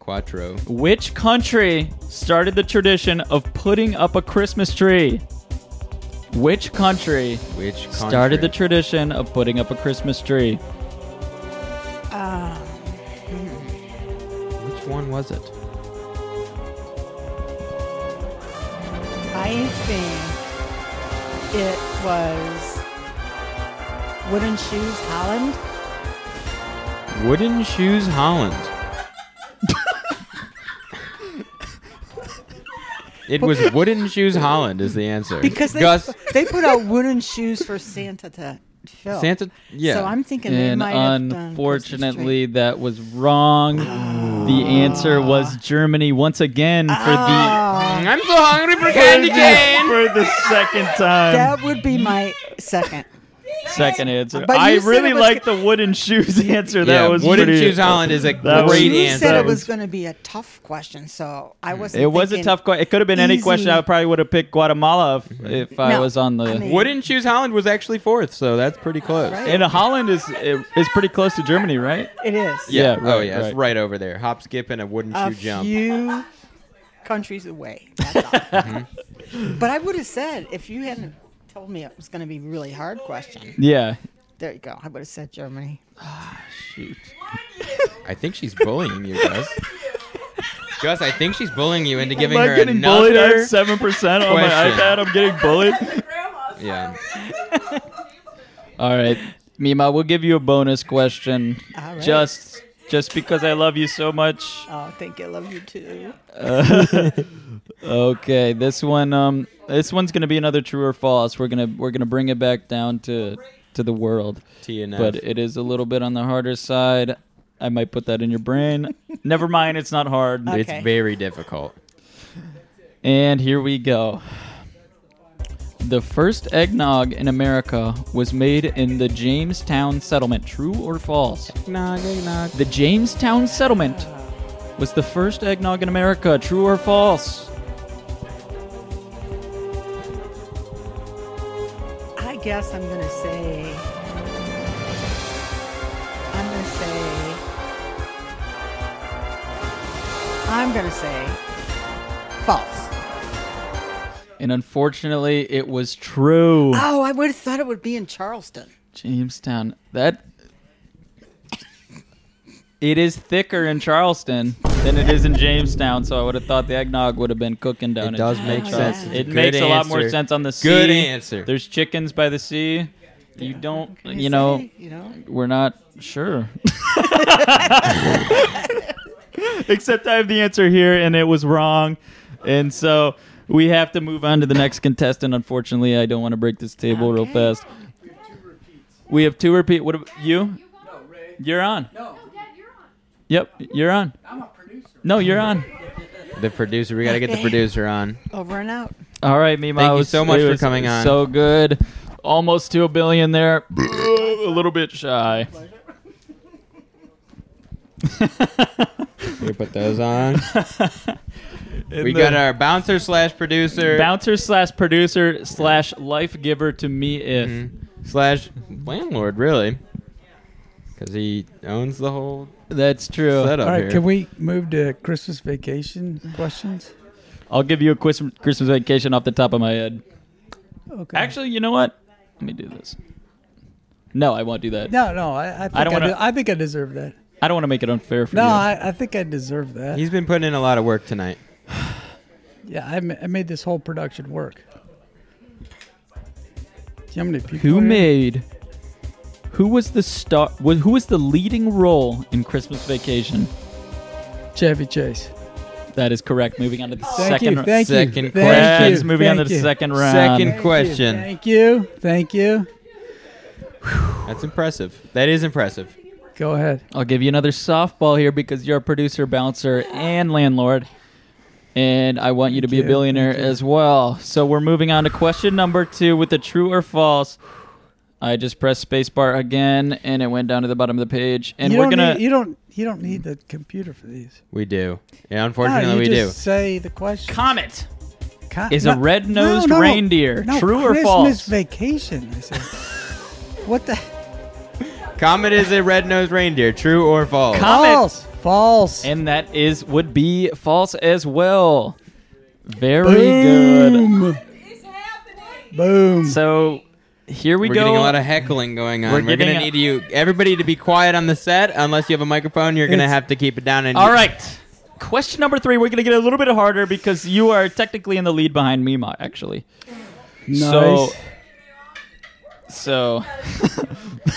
[SPEAKER 1] Quattro.
[SPEAKER 2] Which country started the tradition of putting up a Christmas tree? Which country
[SPEAKER 1] Which country?
[SPEAKER 2] started the tradition of putting up a Christmas tree?
[SPEAKER 1] Which one was it?
[SPEAKER 11] I think it was wooden shoes Holland.
[SPEAKER 1] Wooden Shoes Holland. it was Wooden Shoes Holland is the answer.
[SPEAKER 11] Because they
[SPEAKER 1] Gus
[SPEAKER 11] they put out wooden shoes for Santa to fill.
[SPEAKER 1] Santa. Yeah.
[SPEAKER 11] So I'm thinking they
[SPEAKER 2] And
[SPEAKER 11] might have done
[SPEAKER 2] unfortunately, that was wrong. The answer was Germany once again for
[SPEAKER 11] Christmas tree.
[SPEAKER 1] I'm so hungry for
[SPEAKER 2] the
[SPEAKER 1] candy cane.
[SPEAKER 2] for the second time.
[SPEAKER 11] that would be my second.
[SPEAKER 2] Second answer.
[SPEAKER 11] But you
[SPEAKER 2] I
[SPEAKER 11] said
[SPEAKER 2] really
[SPEAKER 11] it was-
[SPEAKER 2] like the wooden shoes answer. That
[SPEAKER 1] yeah,
[SPEAKER 2] was
[SPEAKER 1] Wooden
[SPEAKER 2] pretty-
[SPEAKER 1] Shoes Holland is a
[SPEAKER 2] that was- Mm.
[SPEAKER 1] great
[SPEAKER 11] you
[SPEAKER 1] answer.
[SPEAKER 11] said it was going to be a tough question, so I wasn't.
[SPEAKER 2] It was a
[SPEAKER 11] thinking-
[SPEAKER 2] tough question. It could have been any question.
[SPEAKER 11] easy.
[SPEAKER 2] I probably would have picked Guatemala if, if I
[SPEAKER 11] No,
[SPEAKER 2] was on the.
[SPEAKER 11] I mean-
[SPEAKER 1] Wooden Shoes Holland was actually fourth, so that's
[SPEAKER 11] Ah,
[SPEAKER 1] pretty close.
[SPEAKER 2] and Holland is is pretty close to Germany, right?
[SPEAKER 11] It is
[SPEAKER 1] Yeah.
[SPEAKER 2] Yeah,
[SPEAKER 1] oh
[SPEAKER 2] right,
[SPEAKER 1] yeah,
[SPEAKER 2] right.
[SPEAKER 1] it's right over there. Hop, skip, and a wooden
[SPEAKER 11] a
[SPEAKER 1] shoe jump.
[SPEAKER 11] few countries away. That's all.
[SPEAKER 7] Mm-hmm.
[SPEAKER 11] But I would have said if you hadn't told me it was going to be a really hard question.
[SPEAKER 2] Yeah.
[SPEAKER 11] There you go. I would have said Germany.
[SPEAKER 2] Shoot.
[SPEAKER 1] I think she's bullying you, Gus. Gus, I think she's bullying you into giving
[SPEAKER 2] Am
[SPEAKER 1] her
[SPEAKER 2] I getting
[SPEAKER 1] another.
[SPEAKER 2] bullied at seven percent on my
[SPEAKER 1] question.
[SPEAKER 2] iPad? I'm getting bullied.
[SPEAKER 1] yeah.
[SPEAKER 2] All right, Mima, we'll give you a bonus question.
[SPEAKER 11] All right.
[SPEAKER 2] Just just because I love you so much.
[SPEAKER 11] Oh, thank you. I love you too.
[SPEAKER 2] Okay, this one um this one's gonna be another true or false. We're gonna we're gonna bring it back down to to the world.
[SPEAKER 1] TNF.
[SPEAKER 2] But it is a little bit on the harder side. I might put that in your brain. Never mind, it's not hard.
[SPEAKER 11] Okay.
[SPEAKER 1] It's very difficult.
[SPEAKER 2] And here we go. The first eggnog in America was made in the Jamestown settlement. True or false?
[SPEAKER 1] Eggnog, eggnog.
[SPEAKER 2] The Jamestown settlement was the first eggnog in America. True or false?
[SPEAKER 11] I guess I'm going to say. I'm going to say. I'm going to say false.
[SPEAKER 2] And unfortunately, it was true.
[SPEAKER 11] Oh, I would have thought it would be in Charleston.
[SPEAKER 2] Jamestown. That it is thicker in Charleston than it is in Jamestown, so I would have thought the eggnog would have been cooking down.
[SPEAKER 1] It
[SPEAKER 2] in
[SPEAKER 1] does make
[SPEAKER 2] Charleston.
[SPEAKER 1] sense. It's a
[SPEAKER 2] It
[SPEAKER 1] good
[SPEAKER 2] makes a lot more
[SPEAKER 1] answer.
[SPEAKER 2] sense on the sea.
[SPEAKER 1] Good answer.
[SPEAKER 2] There's chickens by the sea. You don't, you know,
[SPEAKER 11] You know?
[SPEAKER 2] we're not sure. Except I have the answer here, and it was wrong, and so we have to move on to the next contestant. Unfortunately, I don't want to break this table real fast. We have two repeat. What about you? You're on.
[SPEAKER 12] No, Dad, you're on.
[SPEAKER 2] Yep, you're on.
[SPEAKER 12] I'm a producer.
[SPEAKER 2] No, you're on.
[SPEAKER 1] The producer. We got to get the producer on.
[SPEAKER 11] Over and out.
[SPEAKER 2] All right, Mima.
[SPEAKER 1] Thank
[SPEAKER 2] it
[SPEAKER 1] you
[SPEAKER 2] was-
[SPEAKER 1] so much
[SPEAKER 2] it
[SPEAKER 1] for
[SPEAKER 2] was
[SPEAKER 1] coming on.
[SPEAKER 2] So good. Almost to a billion there. a little bit shy.
[SPEAKER 1] We put those on.
[SPEAKER 2] In
[SPEAKER 1] we
[SPEAKER 2] the-
[SPEAKER 1] got our bouncer slash producer
[SPEAKER 2] Bouncer slash producer slash life giver to me if.
[SPEAKER 1] Mm-hmm. slash landlord, really, because he owns the whole.
[SPEAKER 2] That's true.
[SPEAKER 1] Setup
[SPEAKER 12] All right,
[SPEAKER 1] here.
[SPEAKER 12] can we move to Christmas vacation questions?
[SPEAKER 2] I'll give you a quis- Christmas vacation off the top of my head.
[SPEAKER 12] Okay.
[SPEAKER 2] Actually, you know what? Let me do this. No, I won't do that.
[SPEAKER 12] No, no, I, I think I,
[SPEAKER 2] don't wanna-
[SPEAKER 12] de- I think I deserve that.
[SPEAKER 2] I don't want to make it unfair for
[SPEAKER 12] No,
[SPEAKER 2] you.
[SPEAKER 12] I, I think I deserve that.
[SPEAKER 1] He's been putting in a lot of work tonight.
[SPEAKER 12] Yeah, I, ma- I made this whole production work. Do you know how many people?
[SPEAKER 2] Who
[SPEAKER 12] are here?
[SPEAKER 2] made? Who was the star? Was, who was the leading role in Christmas Vacation?
[SPEAKER 12] Chevy Chase.
[SPEAKER 2] That is correct. Moving on to the
[SPEAKER 12] Thank
[SPEAKER 2] second
[SPEAKER 12] you, thank you,
[SPEAKER 2] second
[SPEAKER 12] thank
[SPEAKER 2] question.
[SPEAKER 12] you,
[SPEAKER 2] Moving on to
[SPEAKER 12] thank
[SPEAKER 2] the
[SPEAKER 12] you.
[SPEAKER 2] second round.
[SPEAKER 12] Um,
[SPEAKER 1] Second question.
[SPEAKER 12] Thank you, thank you.
[SPEAKER 1] That's impressive. That is impressive.
[SPEAKER 12] Go ahead.
[SPEAKER 2] I'll give you another softball here because you're a producer, bouncer, and landlord. And I want you to be a billionaire as well. So we're moving on to question number two with the true or false. I just pressed spacebar again and it went down to the bottom of the page. And
[SPEAKER 12] you
[SPEAKER 2] we're
[SPEAKER 12] don't
[SPEAKER 2] gonna
[SPEAKER 12] need, you don't you don't need the computer for these.
[SPEAKER 1] We do. Yeah, unfortunately,
[SPEAKER 12] no,
[SPEAKER 1] we
[SPEAKER 12] Ah, you
[SPEAKER 1] do.
[SPEAKER 12] just Say the question.
[SPEAKER 2] Comment.
[SPEAKER 12] Co-
[SPEAKER 2] Is a
[SPEAKER 12] no-
[SPEAKER 2] red-nosed
[SPEAKER 12] no, no, no.
[SPEAKER 2] reindeer
[SPEAKER 12] No,
[SPEAKER 2] true or
[SPEAKER 12] Christmas
[SPEAKER 2] false?
[SPEAKER 12] vacation. I said. what the?
[SPEAKER 1] Comet is a red-nosed reindeer. True or false?
[SPEAKER 2] Comet.
[SPEAKER 12] False. False.
[SPEAKER 2] And that is would be false as well. Very
[SPEAKER 12] Boom.
[SPEAKER 2] good.
[SPEAKER 12] Boom.
[SPEAKER 2] So here we
[SPEAKER 1] We're
[SPEAKER 2] go.
[SPEAKER 1] getting a lot of heckling going on.
[SPEAKER 2] We're
[SPEAKER 1] We're, gonna
[SPEAKER 2] getting a-
[SPEAKER 1] need you, everybody, to be quiet on the set. Unless you have a microphone, you're gonna
[SPEAKER 2] It's-
[SPEAKER 1] have to keep it down. And
[SPEAKER 2] All right. Question number three. We're going to get a little bit harder because you are technically in the lead behind Mima, actually. So, so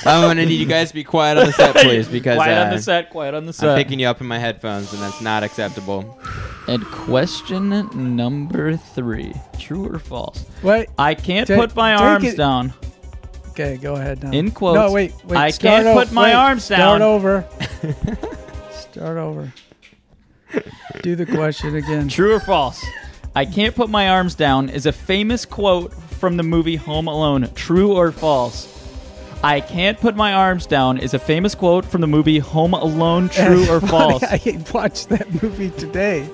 [SPEAKER 1] I'm gonna need you guys to be quiet on the set, please, because
[SPEAKER 2] Quiet on
[SPEAKER 1] uh,
[SPEAKER 2] the set, uh, quiet on the
[SPEAKER 1] I'm
[SPEAKER 2] set.
[SPEAKER 1] picking you up in my headphones, and that's not acceptable.
[SPEAKER 2] And question number three true or false?
[SPEAKER 12] Wait.
[SPEAKER 2] I can't
[SPEAKER 12] Ta-
[SPEAKER 2] put my
[SPEAKER 12] take
[SPEAKER 2] arms
[SPEAKER 12] it-
[SPEAKER 2] down.
[SPEAKER 12] Okay, go ahead now.
[SPEAKER 2] In quotes.
[SPEAKER 12] No, wait, wait.
[SPEAKER 2] I
[SPEAKER 12] start
[SPEAKER 2] can't
[SPEAKER 12] o-
[SPEAKER 2] put my
[SPEAKER 12] wait,
[SPEAKER 2] arms down.
[SPEAKER 12] Start over. start over. Do the question again.
[SPEAKER 2] True or false? I can't put my arms down is a famous quote from the movie Home Alone. True or false? I can't put my arms down is a famous quote from the movie Home Alone. True or false?
[SPEAKER 12] I watched that movie today.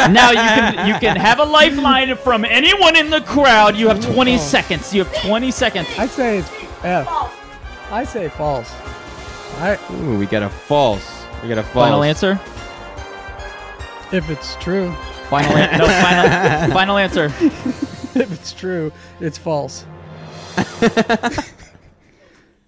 [SPEAKER 2] now you can you can have a lifeline from anyone in the crowd. You have
[SPEAKER 1] Oh.
[SPEAKER 2] 20 seconds. You have 20 seconds.
[SPEAKER 12] I say it's F. I say false. I
[SPEAKER 1] Ooh, we got a false. We got a false.
[SPEAKER 2] Final answer.
[SPEAKER 12] if it's true.
[SPEAKER 2] Final an- no, final- final answer.
[SPEAKER 12] if it's true, it's false.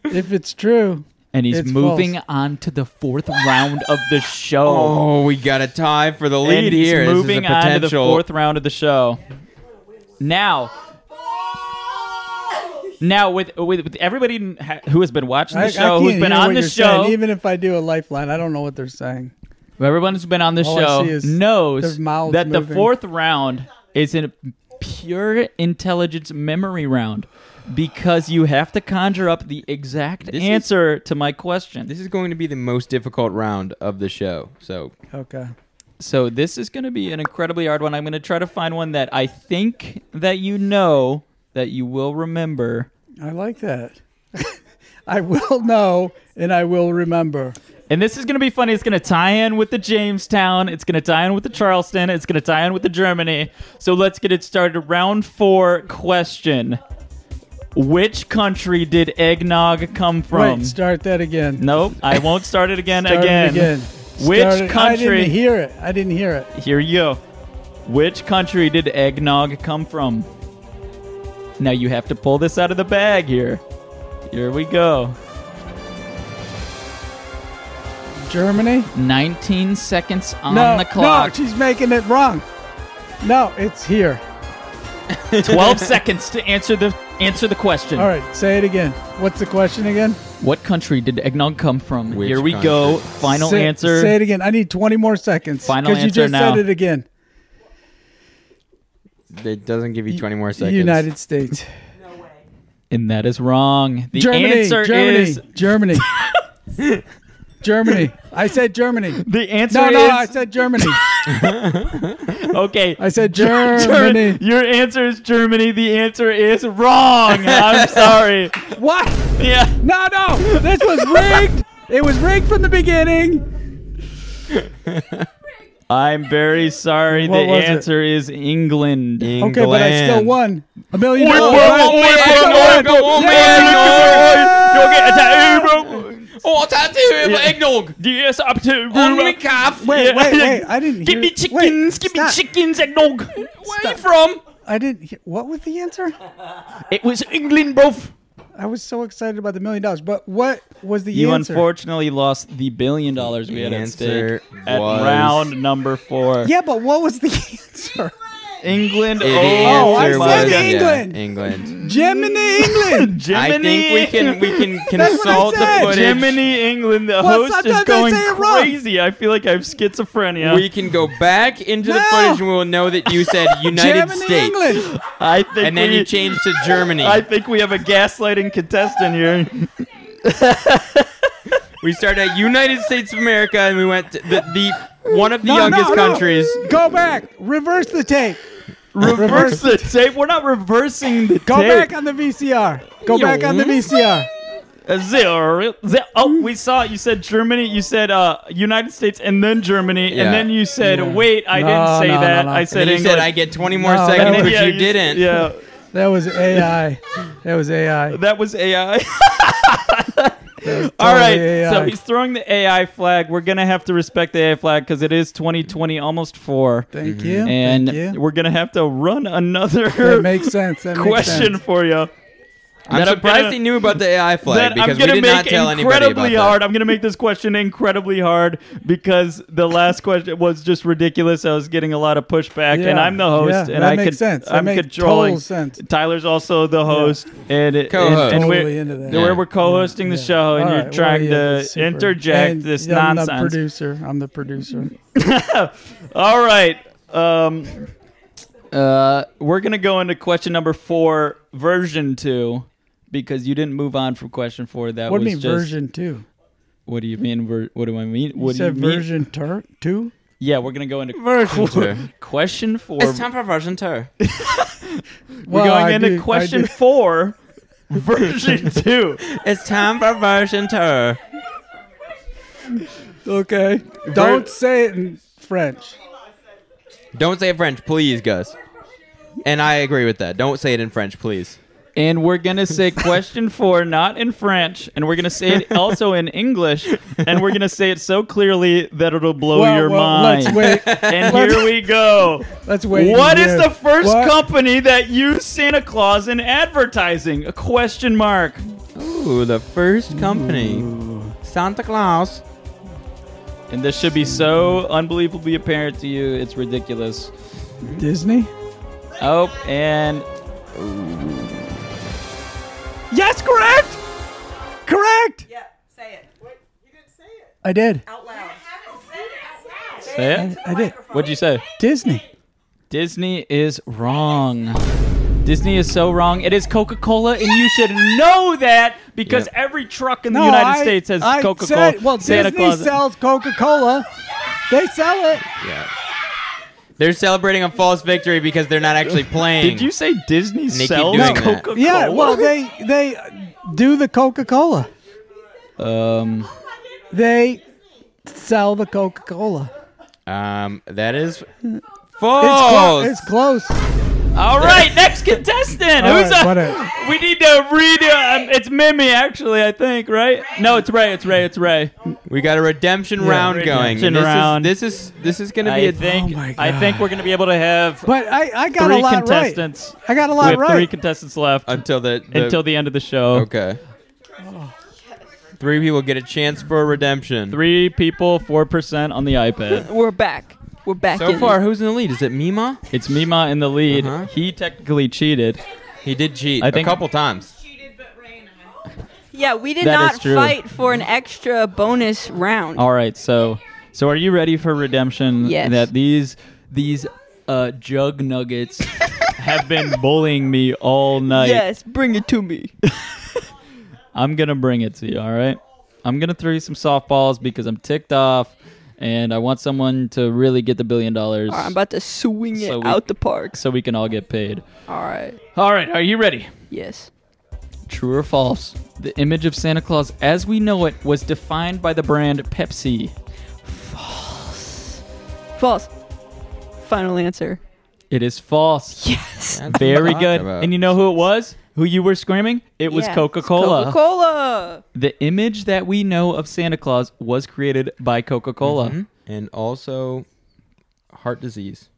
[SPEAKER 12] if it's true,
[SPEAKER 2] And he's
[SPEAKER 12] it's
[SPEAKER 2] moving
[SPEAKER 12] false.
[SPEAKER 2] on to the fourth round of the show.
[SPEAKER 1] Oh, we got a tie for the lead
[SPEAKER 2] And he's
[SPEAKER 1] here.
[SPEAKER 2] Moving
[SPEAKER 1] this is a potential.
[SPEAKER 2] on to the fourth round of the show. Now, now with with, with everybody n- ha- who has been watching
[SPEAKER 12] I,
[SPEAKER 2] the
[SPEAKER 12] I
[SPEAKER 2] show,
[SPEAKER 12] can't
[SPEAKER 2] who's been
[SPEAKER 12] hear
[SPEAKER 2] on
[SPEAKER 12] what
[SPEAKER 2] the
[SPEAKER 12] you're saying.
[SPEAKER 2] show,
[SPEAKER 12] Even if I do a lifeline, I don't know what they're saying.
[SPEAKER 2] everyone who's been on the
[SPEAKER 12] All I
[SPEAKER 2] show
[SPEAKER 12] see is
[SPEAKER 2] knows
[SPEAKER 12] their mouths
[SPEAKER 2] that the
[SPEAKER 12] moving.
[SPEAKER 2] fourth round is a pure intelligence memory round because you have to conjure up the exact
[SPEAKER 1] This is-
[SPEAKER 2] answer to my question.
[SPEAKER 1] This is going to be the most difficult round of the show. So
[SPEAKER 12] Okay.
[SPEAKER 2] So this is going to be an incredibly hard one. I'm going to try to find one that I think that you know that you will remember.
[SPEAKER 12] I like that. I will know and I will remember.
[SPEAKER 2] And this is going to be funny. It's going to tie in with the Jamestown. It's going to tie in with the Charleston. It's going to tie in with the Germany. So let's get it started. Round four question. Which country did eggnog come from?
[SPEAKER 12] Wait, start that again.
[SPEAKER 2] nope. I won't start it again.
[SPEAKER 12] Start it
[SPEAKER 2] again.
[SPEAKER 12] again.
[SPEAKER 2] Which
[SPEAKER 12] Start it-
[SPEAKER 2] country?
[SPEAKER 12] I didn't hear it. I didn't hear it.
[SPEAKER 2] Here you go. Which country did eggnog come from? Now you have to pull this out of the bag here. Here we go.
[SPEAKER 12] Germany?
[SPEAKER 2] 19 seconds on
[SPEAKER 12] no,
[SPEAKER 2] the clock.
[SPEAKER 12] No, she's making it wrong. No, it's here.
[SPEAKER 2] 12 seconds to answer the answer the question.
[SPEAKER 12] All right, say it again. What's the question again?
[SPEAKER 2] What country did eggnog come from? here we go. Final
[SPEAKER 12] Say-
[SPEAKER 2] answer.
[SPEAKER 12] Say it again. I need 20 more seconds.
[SPEAKER 2] Final
[SPEAKER 12] Because you
[SPEAKER 2] answer
[SPEAKER 12] just
[SPEAKER 2] now.
[SPEAKER 12] said it again.
[SPEAKER 1] it doesn't give you 20 more seconds.
[SPEAKER 12] United States.
[SPEAKER 2] And that is wrong. The
[SPEAKER 12] Germany,
[SPEAKER 2] answer
[SPEAKER 12] Germany,
[SPEAKER 2] is
[SPEAKER 12] Germany. Germany. I said Germany.
[SPEAKER 2] The answer
[SPEAKER 12] no, no,
[SPEAKER 2] is-
[SPEAKER 12] I said Germany.
[SPEAKER 2] okay.
[SPEAKER 12] I said
[SPEAKER 2] Ger-
[SPEAKER 12] Germany.
[SPEAKER 2] Your answer is Germany. The answer is wrong. I'm sorry.
[SPEAKER 12] What?
[SPEAKER 2] Yeah.
[SPEAKER 12] No, no. This was rigged. it was rigged from the beginning.
[SPEAKER 2] I'm very sorry.
[SPEAKER 12] What
[SPEAKER 2] the
[SPEAKER 12] was it?
[SPEAKER 2] answer is England.
[SPEAKER 12] Okay, but I still won. A million
[SPEAKER 2] Wait,
[SPEAKER 12] dollars.
[SPEAKER 2] wait,
[SPEAKER 12] right?
[SPEAKER 2] wait,
[SPEAKER 12] I still
[SPEAKER 2] wait,
[SPEAKER 12] won.
[SPEAKER 2] wait, wait,
[SPEAKER 12] Yeah.
[SPEAKER 2] Go get a tattoo, bro.
[SPEAKER 1] Oh, I'll tattoo
[SPEAKER 2] Yeah.
[SPEAKER 1] eggnog.
[SPEAKER 2] Yes, up to
[SPEAKER 1] On me calf.
[SPEAKER 12] Wait,
[SPEAKER 1] Yeah.
[SPEAKER 12] wait, wait. I didn't hear.
[SPEAKER 1] Give me chickens. give
[SPEAKER 12] stop.
[SPEAKER 1] me chickens eggnog. Where are you
[SPEAKER 12] Stop.
[SPEAKER 1] from?
[SPEAKER 12] I didn't hear. What was the answer?
[SPEAKER 2] It was England, bro.
[SPEAKER 12] I was so excited about the million dollars. But what was the
[SPEAKER 2] You
[SPEAKER 12] answer?
[SPEAKER 2] unfortunately lost the billion dollars we had at
[SPEAKER 1] answer
[SPEAKER 2] stake at
[SPEAKER 1] was-
[SPEAKER 2] round number four.
[SPEAKER 12] yeah, but what was the answer?
[SPEAKER 2] England.
[SPEAKER 1] The
[SPEAKER 2] oh,
[SPEAKER 12] I
[SPEAKER 1] answer
[SPEAKER 12] said
[SPEAKER 1] was- yeah,
[SPEAKER 12] England.
[SPEAKER 1] England.
[SPEAKER 12] Gemini, England.
[SPEAKER 1] I think we can we can
[SPEAKER 12] That's what I
[SPEAKER 1] consult the
[SPEAKER 12] said.
[SPEAKER 1] footage.
[SPEAKER 2] Gemini, England. The
[SPEAKER 12] Well,
[SPEAKER 2] host is
[SPEAKER 12] sometimes I
[SPEAKER 2] going
[SPEAKER 12] say it wrong.
[SPEAKER 2] crazy. I feel like I have schizophrenia.
[SPEAKER 1] We can go back into the
[SPEAKER 12] No.
[SPEAKER 1] footage and we'll know that you said United
[SPEAKER 12] Germany,
[SPEAKER 1] States.
[SPEAKER 12] England.
[SPEAKER 2] I think
[SPEAKER 1] And then
[SPEAKER 2] we,
[SPEAKER 1] you changed to Germany.
[SPEAKER 2] I think we have a gaslighting contestant here.
[SPEAKER 1] we started at United States of America and we went to the, the one of the
[SPEAKER 12] No,
[SPEAKER 1] youngest
[SPEAKER 12] no, no.
[SPEAKER 1] countries.
[SPEAKER 12] Go back. Reverse the tape.
[SPEAKER 2] Reverse the tape. We're not reversing the
[SPEAKER 12] Go
[SPEAKER 2] tape.
[SPEAKER 12] back on the VCR. Go back on the VCR.
[SPEAKER 2] Uh, zero, zero.
[SPEAKER 12] Mm.
[SPEAKER 2] Oh, we saw it. You said Germany. You said uh, United States, and then Germany,
[SPEAKER 1] Yeah.
[SPEAKER 2] and then you said, "Wait, I
[SPEAKER 12] No,
[SPEAKER 2] didn't say
[SPEAKER 12] no, no,
[SPEAKER 2] that.
[SPEAKER 12] no.
[SPEAKER 2] I
[SPEAKER 12] And
[SPEAKER 1] And
[SPEAKER 2] said
[SPEAKER 1] then you
[SPEAKER 2] England."
[SPEAKER 1] said I get 20 more
[SPEAKER 12] No,
[SPEAKER 1] seconds, but
[SPEAKER 12] that was-
[SPEAKER 1] you
[SPEAKER 2] s-
[SPEAKER 1] didn't.
[SPEAKER 2] Yeah,
[SPEAKER 12] That was AI. That was AI.
[SPEAKER 2] that was AI. All right, so he's throwing the AI flag. We're gonna have to respect the AI flag because it is 2020, almost four,
[SPEAKER 12] Thank you.
[SPEAKER 2] and
[SPEAKER 12] Thank you.
[SPEAKER 2] we're gonna have to run another
[SPEAKER 12] That makes sense. That makes
[SPEAKER 2] question
[SPEAKER 12] sense.
[SPEAKER 2] for you.
[SPEAKER 1] I'm
[SPEAKER 2] That I'm
[SPEAKER 1] surprised
[SPEAKER 2] gonna-
[SPEAKER 1] he knew about the AI flag
[SPEAKER 2] that I'm
[SPEAKER 1] because we
[SPEAKER 2] gonna
[SPEAKER 1] did
[SPEAKER 2] make
[SPEAKER 1] not tell anybody about
[SPEAKER 2] incredibly
[SPEAKER 1] that.
[SPEAKER 2] hard. I'm gonna make this question incredibly hard because the last question was just ridiculous. I was getting a lot of pushback, and
[SPEAKER 12] Yeah,
[SPEAKER 2] I'm the host,
[SPEAKER 12] yeah,
[SPEAKER 2] and
[SPEAKER 12] that
[SPEAKER 2] I
[SPEAKER 12] makes
[SPEAKER 2] could,
[SPEAKER 12] sense. That
[SPEAKER 2] I'm
[SPEAKER 12] makes
[SPEAKER 2] controlling.
[SPEAKER 12] total sense.
[SPEAKER 2] Tyler's also the host, and it-
[SPEAKER 1] Co-host.
[SPEAKER 2] and, and
[SPEAKER 12] Totally
[SPEAKER 2] we're,
[SPEAKER 12] into that.
[SPEAKER 2] the- where
[SPEAKER 1] Yeah.
[SPEAKER 2] we're co-hosting the show, and
[SPEAKER 12] All
[SPEAKER 2] you're
[SPEAKER 12] right,
[SPEAKER 2] trying
[SPEAKER 12] well, yeah,
[SPEAKER 2] to
[SPEAKER 12] super.
[SPEAKER 2] interject
[SPEAKER 12] And
[SPEAKER 2] this
[SPEAKER 12] I'm the
[SPEAKER 2] nonsense.
[SPEAKER 12] producer. I'm the producer.
[SPEAKER 2] All right. Um, uh, we're going to go into question number four, version two, because you didn't move on from question four. That
[SPEAKER 12] what do
[SPEAKER 2] was
[SPEAKER 12] you mean
[SPEAKER 2] just,
[SPEAKER 12] version two?
[SPEAKER 2] What do you mean? Ver- what do I mean?
[SPEAKER 12] You
[SPEAKER 2] What do you
[SPEAKER 12] said
[SPEAKER 2] mean?
[SPEAKER 12] version tur- two?
[SPEAKER 2] Yeah, we're going to go into
[SPEAKER 1] Version two.
[SPEAKER 2] question four.
[SPEAKER 1] It's time for version two.
[SPEAKER 2] we're
[SPEAKER 12] Well,
[SPEAKER 2] going
[SPEAKER 12] I
[SPEAKER 2] into
[SPEAKER 12] do- I
[SPEAKER 2] question
[SPEAKER 12] do-
[SPEAKER 2] four, version two.
[SPEAKER 1] It's time for version two.
[SPEAKER 12] Okay. Don't say it in French.
[SPEAKER 1] Don't say it French, please, Gus. And I agree with that. Don't say it in French, please.
[SPEAKER 2] And we're going to say question four, not in French. And we're going to say it also in English. And we're going to say it so clearly that it'll blow
[SPEAKER 12] Well,
[SPEAKER 2] your
[SPEAKER 12] well,
[SPEAKER 2] mind.
[SPEAKER 12] Let's wait.
[SPEAKER 2] And
[SPEAKER 12] Let's-
[SPEAKER 2] here we go.
[SPEAKER 12] Let's wait.
[SPEAKER 2] What
[SPEAKER 12] and
[SPEAKER 2] is
[SPEAKER 12] hear.
[SPEAKER 2] the first
[SPEAKER 12] What?
[SPEAKER 2] company that used Santa Claus in advertising? A question mark.
[SPEAKER 1] Ooh, the first company. Santa Claus.
[SPEAKER 2] And this should be so unbelievably apparent to you, it's ridiculous.
[SPEAKER 12] Disney?
[SPEAKER 2] Oh, and yes, correct.
[SPEAKER 12] Correct.
[SPEAKER 4] Yeah, say it. What? You didn't say it.
[SPEAKER 12] I did.
[SPEAKER 4] Out loud. You haven't said it out loud.
[SPEAKER 2] Say it.
[SPEAKER 12] I, I did.
[SPEAKER 2] What'd you say?
[SPEAKER 12] Disney.
[SPEAKER 2] Disney is wrong. Disney is so wrong. It is Coca Cola, and you should know that because every truck in the
[SPEAKER 12] No,
[SPEAKER 2] United
[SPEAKER 12] I-
[SPEAKER 2] States has
[SPEAKER 12] I
[SPEAKER 2] Coca Cola.
[SPEAKER 12] said- Well,
[SPEAKER 2] Santa
[SPEAKER 12] Disney
[SPEAKER 2] Claus.
[SPEAKER 12] sells Coca Cola. They sell it.
[SPEAKER 1] Yeah. They're celebrating a false victory because they're not actually playing.
[SPEAKER 2] Did you say Disney
[SPEAKER 1] keep
[SPEAKER 2] sells
[SPEAKER 1] doing that.
[SPEAKER 2] Coca Cola?
[SPEAKER 12] Yeah. Well, they they do the Coca Cola.
[SPEAKER 2] Um,
[SPEAKER 12] They sell the Coca Cola.
[SPEAKER 1] Um, that is
[SPEAKER 12] It's, clo-
[SPEAKER 1] false.
[SPEAKER 12] it's close.
[SPEAKER 2] all right, next contestant.
[SPEAKER 12] All
[SPEAKER 2] Who's
[SPEAKER 12] right,
[SPEAKER 2] up?
[SPEAKER 12] whatever.
[SPEAKER 2] We need to read it. Um, it's Mimi, actually, I think, right? No, it's Ray. It's Ray. It's Ray.
[SPEAKER 1] we got a redemption round going.
[SPEAKER 2] Redemption
[SPEAKER 1] this
[SPEAKER 2] round.
[SPEAKER 1] Is, this is this is going to
[SPEAKER 2] I
[SPEAKER 1] be a
[SPEAKER 2] think.
[SPEAKER 12] Oh my
[SPEAKER 2] I think we're gonna be able to have
[SPEAKER 12] But I, I got
[SPEAKER 2] three
[SPEAKER 12] a lot right.
[SPEAKER 2] contestants.
[SPEAKER 12] I got a
[SPEAKER 2] We
[SPEAKER 12] lot
[SPEAKER 2] have three
[SPEAKER 12] right.
[SPEAKER 2] contestants left
[SPEAKER 1] until the, the
[SPEAKER 2] until the end of the show.
[SPEAKER 1] okay. Three people get a chance for redemption.
[SPEAKER 2] Three people, four percent on the iPad.
[SPEAKER 3] We're back. We're back.
[SPEAKER 1] So
[SPEAKER 3] in
[SPEAKER 1] far, who's in the lead? Is it Mima?
[SPEAKER 2] It's Mima in the lead.
[SPEAKER 1] Uh-huh.
[SPEAKER 2] He technically cheated.
[SPEAKER 1] He did cheat
[SPEAKER 2] I
[SPEAKER 1] a
[SPEAKER 2] think-
[SPEAKER 1] couple times.
[SPEAKER 3] Yeah, we did
[SPEAKER 2] That is
[SPEAKER 3] not
[SPEAKER 2] true.
[SPEAKER 3] fight for an extra bonus round.
[SPEAKER 2] All right, so so are you ready for redemption?
[SPEAKER 3] Yes.
[SPEAKER 2] That these these uh, jug nuggets have been bullying me all night.
[SPEAKER 3] Yes, bring it to me.
[SPEAKER 2] I'm gonna bring it to you. All right. I'm gonna throw you some softballs because I'm ticked off, and I want someone to really get the billion dollars.
[SPEAKER 3] All right, I'm about to swing it out the park
[SPEAKER 2] so we can all get paid.
[SPEAKER 3] All right.
[SPEAKER 2] All right, are you ready?
[SPEAKER 3] Yes.
[SPEAKER 2] True or false? The image of Santa Claus as we know it was defined by the brand Pepsi.
[SPEAKER 3] False. Final answer.
[SPEAKER 2] It is false.
[SPEAKER 3] Yes.
[SPEAKER 1] That's
[SPEAKER 2] Very
[SPEAKER 1] what I'm
[SPEAKER 2] good.
[SPEAKER 1] talking about.
[SPEAKER 2] And you know who it was? Who you were screaming? It was
[SPEAKER 3] Yeah.
[SPEAKER 2] Coca Cola.
[SPEAKER 3] Coca-Cola.
[SPEAKER 2] The image that we know of Santa Claus was created by Coca Cola.
[SPEAKER 3] Hmm?
[SPEAKER 1] Mhm. And also, heart disease.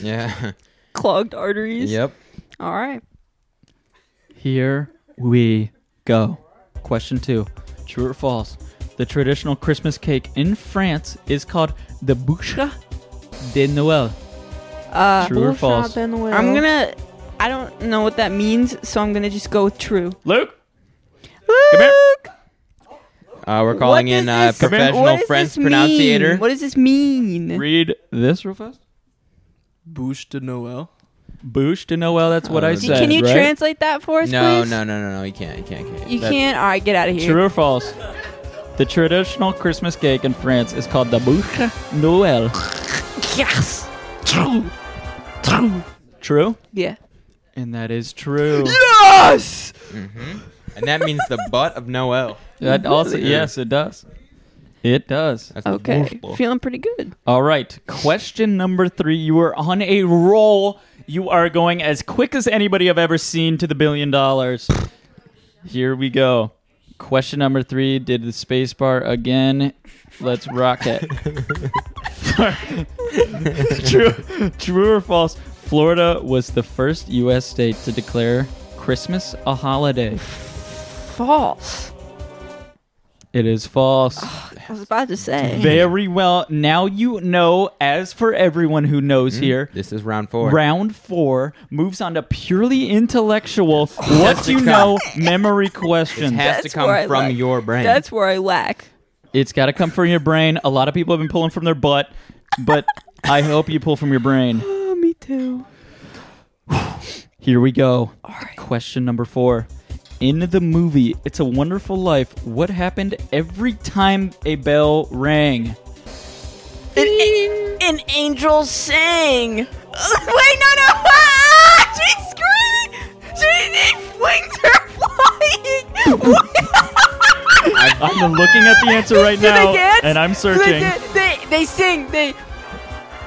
[SPEAKER 1] yeah.
[SPEAKER 3] Clogged arteries.
[SPEAKER 1] Yep.
[SPEAKER 3] All right.
[SPEAKER 2] Here we go. Question two True or false? The traditional Christmas cake in France is called the Boucha de Noël.
[SPEAKER 3] Uh,
[SPEAKER 2] True or Bullshit, false? then we'll-
[SPEAKER 3] I'm gonna. I don't know what that means, so I'm gonna just go with true.
[SPEAKER 2] Luke.
[SPEAKER 1] Uh, we're calling
[SPEAKER 3] What
[SPEAKER 1] in
[SPEAKER 3] does
[SPEAKER 1] uh,
[SPEAKER 3] this- what
[SPEAKER 1] professional
[SPEAKER 3] does
[SPEAKER 1] French
[SPEAKER 3] this mean?
[SPEAKER 1] pronunciator.
[SPEAKER 3] What does this mean?
[SPEAKER 2] Read this real fast.
[SPEAKER 10] Bouche de Noël.
[SPEAKER 2] Bouche de Noël, that's what I
[SPEAKER 1] Dude,
[SPEAKER 2] said.
[SPEAKER 3] Can you
[SPEAKER 2] Uh, right?
[SPEAKER 3] translate that for us,
[SPEAKER 1] No,
[SPEAKER 3] please?
[SPEAKER 1] no, no, no, no. You can't. You can't. can't.
[SPEAKER 3] You
[SPEAKER 2] That-
[SPEAKER 3] can't. All right, get out of here.
[SPEAKER 2] True or false? The traditional Christmas cake in France is called the Bouche Noël.
[SPEAKER 3] Yes. True. True.
[SPEAKER 2] True?
[SPEAKER 3] Yeah.
[SPEAKER 2] And that is true.
[SPEAKER 3] Yes.
[SPEAKER 1] hmm And that means the butt of Noel.
[SPEAKER 2] That also yes, it does. It does.
[SPEAKER 3] Okay. Feeling pretty good.
[SPEAKER 2] All right. Question number three. You are on a roll. You are going as quick as anybody I've ever seen to the billion dollars. Here we go. Question number three. Did the space bar again? Let's rock it. true, true or false? Florida was the first U.S. state to declare Christmas a holiday.
[SPEAKER 3] False.
[SPEAKER 2] It is false.
[SPEAKER 3] I was about to say.
[SPEAKER 2] Very well. Now you know, as for everyone who knows here,
[SPEAKER 1] This is round four.
[SPEAKER 2] round four moves on to purely intellectual, what
[SPEAKER 1] Has
[SPEAKER 2] you
[SPEAKER 1] to
[SPEAKER 2] know, memory questions.
[SPEAKER 1] It has to
[SPEAKER 3] That's where I
[SPEAKER 1] come from
[SPEAKER 3] like-
[SPEAKER 1] your brain.
[SPEAKER 3] That's where I lack.
[SPEAKER 2] It's got to come from your brain. A lot of people have been pulling from their butt, but I hope you pull from your brain.
[SPEAKER 3] Oh, me too.
[SPEAKER 2] Here we go. Question number four. In the movie It's a Wonderful Life, what happened every time a bell rang?
[SPEAKER 3] An, an angel sang. Wait, no, no. Ah, she screamed. She she- wings are flying.
[SPEAKER 2] I'm looking at the answer right
[SPEAKER 3] Do they
[SPEAKER 2] now,
[SPEAKER 3] dance?
[SPEAKER 2] and I'm
[SPEAKER 3] Do
[SPEAKER 2] searching.
[SPEAKER 3] They, they, they sing. They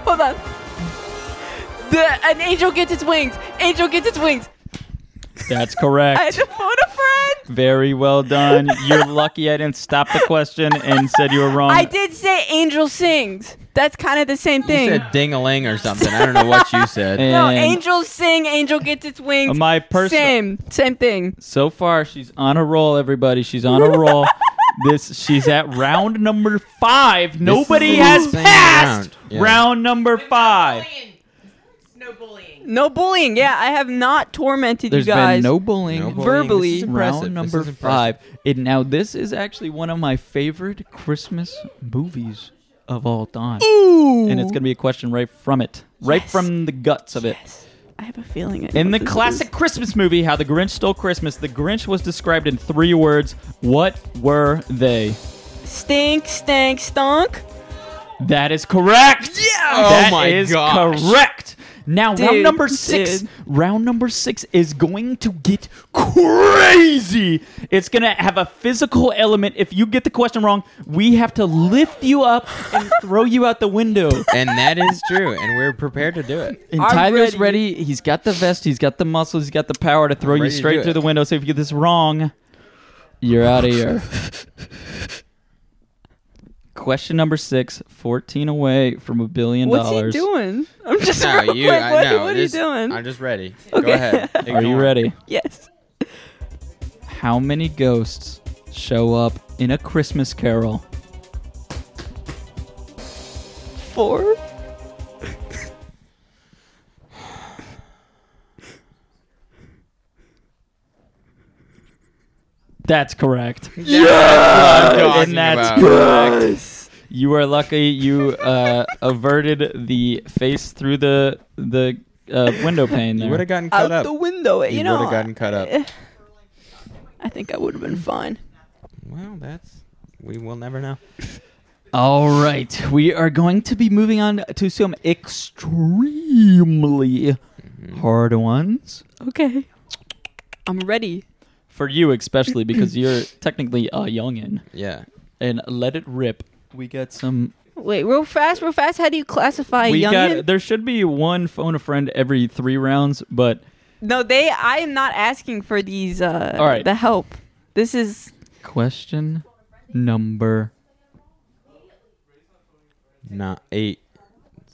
[SPEAKER 3] hold on. The an angel gets its wings. Angel gets its wings.
[SPEAKER 2] That's
[SPEAKER 3] I had
[SPEAKER 2] correct.
[SPEAKER 3] to phone a friend.
[SPEAKER 2] Very well done. You're lucky I didn't stop the question and said you were wrong.
[SPEAKER 3] I did say angel sings. That's kind of the same
[SPEAKER 1] you
[SPEAKER 3] thing.
[SPEAKER 1] said ding a ling or something. I don't know what you said.
[SPEAKER 2] And
[SPEAKER 3] no, angels sing. Angel gets its wings.
[SPEAKER 2] My person-
[SPEAKER 3] Same, same thing.
[SPEAKER 2] So far, she's on a roll, everybody. She's on a roll. this she's at round number five. Nobody
[SPEAKER 1] an
[SPEAKER 2] has
[SPEAKER 1] insane
[SPEAKER 2] passed round,
[SPEAKER 1] round. Yeah.
[SPEAKER 2] number five.
[SPEAKER 3] No bullying. Yeah, I have not tormented
[SPEAKER 2] There's
[SPEAKER 3] you guys.
[SPEAKER 2] been no bullying.
[SPEAKER 1] No bullying.
[SPEAKER 3] Verbally.
[SPEAKER 1] This is impressive.
[SPEAKER 2] Round
[SPEAKER 1] This
[SPEAKER 2] number
[SPEAKER 1] is impressive.
[SPEAKER 2] five. It, now, this is actually one of my favorite Christmas movies of all time. And it's going to be a question right from it, right from the guts of it.
[SPEAKER 3] I have a feeling. I know
[SPEAKER 2] In the
[SPEAKER 3] what this
[SPEAKER 2] classic Christmas movie, How the Grinch Stole Christmas, the Grinch was described in three words. What were they?
[SPEAKER 3] is. stink, stank, stunk.
[SPEAKER 2] That is correct. Yeah.
[SPEAKER 1] Oh my gosh.
[SPEAKER 2] correct. Now round
[SPEAKER 3] Dude,
[SPEAKER 2] number six.
[SPEAKER 3] dude.
[SPEAKER 2] Round number six is going to get crazy. It's gonna have a physical element. If you get the question wrong, we have to lift you up and throw you out the window.
[SPEAKER 1] and that is true. And we're prepared to do it.
[SPEAKER 2] And
[SPEAKER 3] I'm
[SPEAKER 2] Tyler's ready. He's got the vest. He's got the muscles. He's got the power to throw you
[SPEAKER 1] ready to do
[SPEAKER 2] straight
[SPEAKER 1] it.
[SPEAKER 2] through the window. So if you get this wrong, you're out of here. Question number six, 14 away from a billion
[SPEAKER 3] What's
[SPEAKER 2] dollars.
[SPEAKER 3] he doing? I'm just
[SPEAKER 1] No,
[SPEAKER 3] like,
[SPEAKER 1] you.
[SPEAKER 3] what,
[SPEAKER 1] I know.
[SPEAKER 3] what
[SPEAKER 1] this-
[SPEAKER 3] are you doing?
[SPEAKER 1] I'm just ready. Go
[SPEAKER 3] Okay.
[SPEAKER 1] ahead.
[SPEAKER 2] Are you
[SPEAKER 1] Ignore.
[SPEAKER 2] ready?
[SPEAKER 3] yes.
[SPEAKER 2] How many ghosts show up in a Christmas carol?
[SPEAKER 3] Four.
[SPEAKER 2] That's correct.
[SPEAKER 1] That's what I'm talking
[SPEAKER 2] and that's
[SPEAKER 1] about.
[SPEAKER 2] correct. You are lucky you uh, averted the face through the the uh, window pane
[SPEAKER 1] You would
[SPEAKER 2] there.
[SPEAKER 1] have gotten
[SPEAKER 3] Out
[SPEAKER 1] cut up.
[SPEAKER 3] the window. You,
[SPEAKER 1] You
[SPEAKER 3] know.
[SPEAKER 1] would've gotten cut up.
[SPEAKER 3] eh, I think I would have been fine.
[SPEAKER 1] Well, that's we will never know.
[SPEAKER 2] All right, we are going to be moving on to some extremely hard ones
[SPEAKER 3] Okay. I'm ready.
[SPEAKER 2] for you, especially because you're technically a youngin.
[SPEAKER 1] Yeah.
[SPEAKER 2] And let it rip. We got some.
[SPEAKER 3] Wait, real fast, real fast. How do you classify
[SPEAKER 2] we
[SPEAKER 3] youngin?
[SPEAKER 2] got. There should be one phone a friend every three rounds, but
[SPEAKER 3] no, they. I am not asking for these. Uh,
[SPEAKER 2] All right.
[SPEAKER 3] The help. This is
[SPEAKER 2] question number
[SPEAKER 1] Not eight,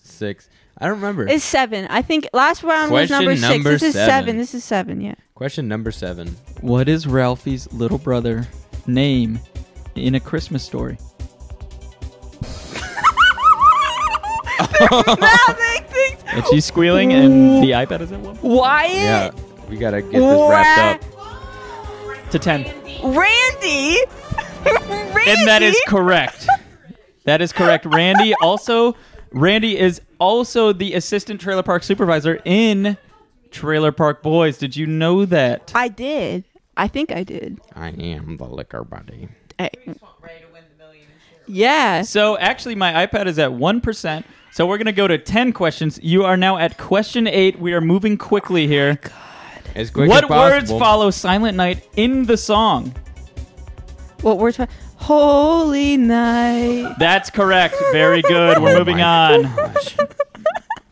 [SPEAKER 1] six. I don't remember.
[SPEAKER 3] it's seven. I think last round
[SPEAKER 1] Question
[SPEAKER 3] was number six.
[SPEAKER 1] number
[SPEAKER 3] this is
[SPEAKER 1] seven.
[SPEAKER 3] seven. This is seven. Yeah.
[SPEAKER 1] Question number seven.
[SPEAKER 2] What is Ralphie's little brother name in a Christmas story? And she's squealing, and the iPad is at one.
[SPEAKER 3] Wyatt.
[SPEAKER 1] Yeah, we gotta get this wrapped up.
[SPEAKER 2] To ten.
[SPEAKER 3] Randy. Randy.
[SPEAKER 2] And that is correct. That is correct. Randy also Randy is also the assistant trailer park supervisor in Trailer Park Boys. Did you know that?
[SPEAKER 3] I did. I think I did.
[SPEAKER 1] I am the liquor buddy.
[SPEAKER 3] I- Yeah.
[SPEAKER 2] So actually my iPad is at 1%. So we're going to go to 10 questions. You are now at question 8. We are moving
[SPEAKER 1] Oh
[SPEAKER 2] quickly here.
[SPEAKER 1] As quick
[SPEAKER 2] what
[SPEAKER 1] as
[SPEAKER 2] words
[SPEAKER 1] possible.
[SPEAKER 2] follow Silent Night in the song?
[SPEAKER 3] What words? fi- Holy night.
[SPEAKER 2] That's correct. Very good. We're
[SPEAKER 1] Oh
[SPEAKER 2] moving
[SPEAKER 1] my
[SPEAKER 2] on.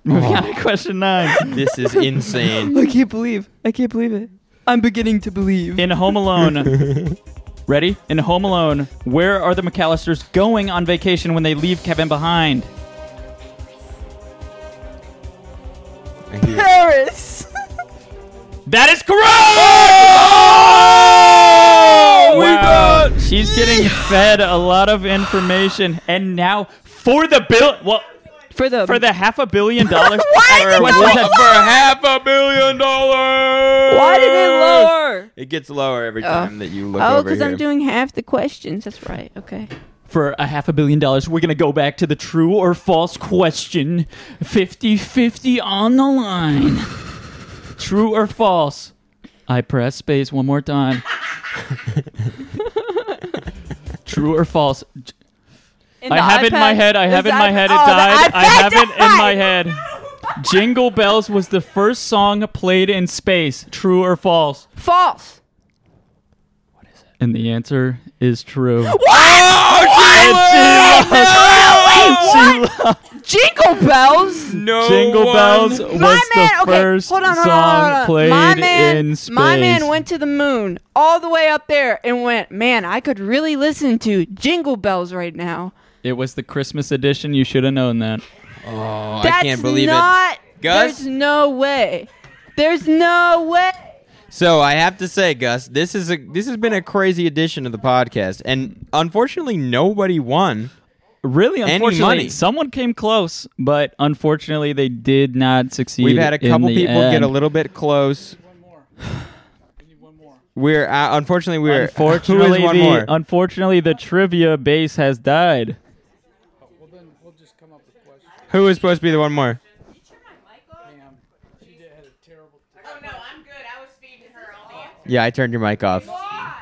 [SPEAKER 2] Moving on to question 9.
[SPEAKER 1] This is insane.
[SPEAKER 3] I can't believe. I can't believe it. I'm beginning to believe.
[SPEAKER 2] In Home Alone. Ready? In Home Alone, where are the McAllisters going on vacation when they leave Kevin behind?
[SPEAKER 3] Paris.
[SPEAKER 2] That is correct! wow. She's getting fed a lot of information, and now for the bill, well,
[SPEAKER 3] for the
[SPEAKER 2] for the half a billion dollars.
[SPEAKER 1] For,
[SPEAKER 2] or was
[SPEAKER 1] one-
[SPEAKER 2] it-
[SPEAKER 1] for half a billion dollars.
[SPEAKER 3] Why did it lower?
[SPEAKER 1] It gets lower every
[SPEAKER 3] Oh.
[SPEAKER 1] time that you look
[SPEAKER 3] oh,
[SPEAKER 1] over
[SPEAKER 3] because
[SPEAKER 1] here.
[SPEAKER 3] I'm doing half the questions. That's right. Okay.
[SPEAKER 2] for a half a billion dollars, we're going to go back to the true or false question 50 50 on the line. true or false? I press space one more time. true or false?
[SPEAKER 3] In
[SPEAKER 2] I
[SPEAKER 3] the
[SPEAKER 2] have it in my
[SPEAKER 3] iPad-
[SPEAKER 2] head. I have it
[SPEAKER 3] this
[SPEAKER 2] in my
[SPEAKER 3] iP-
[SPEAKER 2] head. It
[SPEAKER 3] oh, the
[SPEAKER 2] died. I
[SPEAKER 3] iPad
[SPEAKER 2] have it in my
[SPEAKER 3] died.
[SPEAKER 2] head. Jingle Bells was the first song played in space. True or false?
[SPEAKER 3] False.
[SPEAKER 2] And the answer is true. Oh,
[SPEAKER 3] What?
[SPEAKER 2] She lo-
[SPEAKER 3] Jingle bells.
[SPEAKER 1] No
[SPEAKER 2] Jingle Bells was
[SPEAKER 3] My man.
[SPEAKER 2] the first
[SPEAKER 3] okay, hold on, hold on,
[SPEAKER 2] song
[SPEAKER 3] hold on.
[SPEAKER 2] played
[SPEAKER 3] my man,
[SPEAKER 2] in space.
[SPEAKER 3] My man went to the moon, all the way up there, and went, man, I could really listen to Jingle Bells right now.
[SPEAKER 2] It was the Christmas edition. You should have known that.
[SPEAKER 1] Oh,
[SPEAKER 3] That's not.
[SPEAKER 1] Gus?
[SPEAKER 3] There's no way. There's no way.
[SPEAKER 1] So I have to say, Gus, this is a this has been a crazy edition of the podcast, and unfortunately, nobody won.
[SPEAKER 2] Really,
[SPEAKER 1] any
[SPEAKER 2] unfortunately,
[SPEAKER 1] money.
[SPEAKER 2] someone came close, but unfortunately, they did not succeed.
[SPEAKER 1] We've had a
[SPEAKER 2] in
[SPEAKER 1] couple
[SPEAKER 2] the
[SPEAKER 1] people get
[SPEAKER 2] end.
[SPEAKER 1] a little bit close. We're uh, unfortunately we're who
[SPEAKER 2] Unfortunately,
[SPEAKER 1] is one
[SPEAKER 2] the,
[SPEAKER 1] more?
[SPEAKER 2] unfortunately, the trivia base has died.
[SPEAKER 1] who is supposed to be the one more? Yeah, I turned your mic off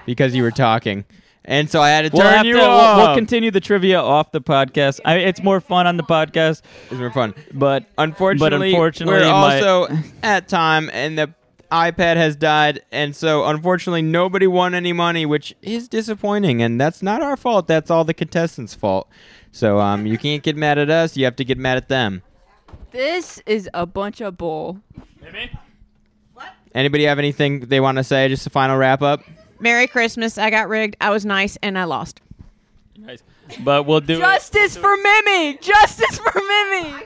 [SPEAKER 1] because you were talking, and so I had to turn
[SPEAKER 2] We'll, have
[SPEAKER 1] you
[SPEAKER 2] to- we'll-
[SPEAKER 1] off.
[SPEAKER 2] we'll continue the trivia off the podcast. I, it's more fun on the podcast.
[SPEAKER 1] It's more fun,
[SPEAKER 2] but
[SPEAKER 1] Unfortunately,
[SPEAKER 2] but unfortunately,
[SPEAKER 1] we're
[SPEAKER 2] my-
[SPEAKER 1] also at time, and the iPad has died, and so unfortunately, nobody won any money, which is disappointing, and that's not our fault. That's all the contestants' fault. So um, you can't get mad at us. You have to get mad at them.
[SPEAKER 3] This is a bunch of bull.
[SPEAKER 1] Anybody have anything they want to say? Just a final wrap up.
[SPEAKER 4] Merry Christmas. I got rigged. I was nice and I lost.
[SPEAKER 2] but we'll do it.
[SPEAKER 3] Justice for Mimi. Justice for Mimi.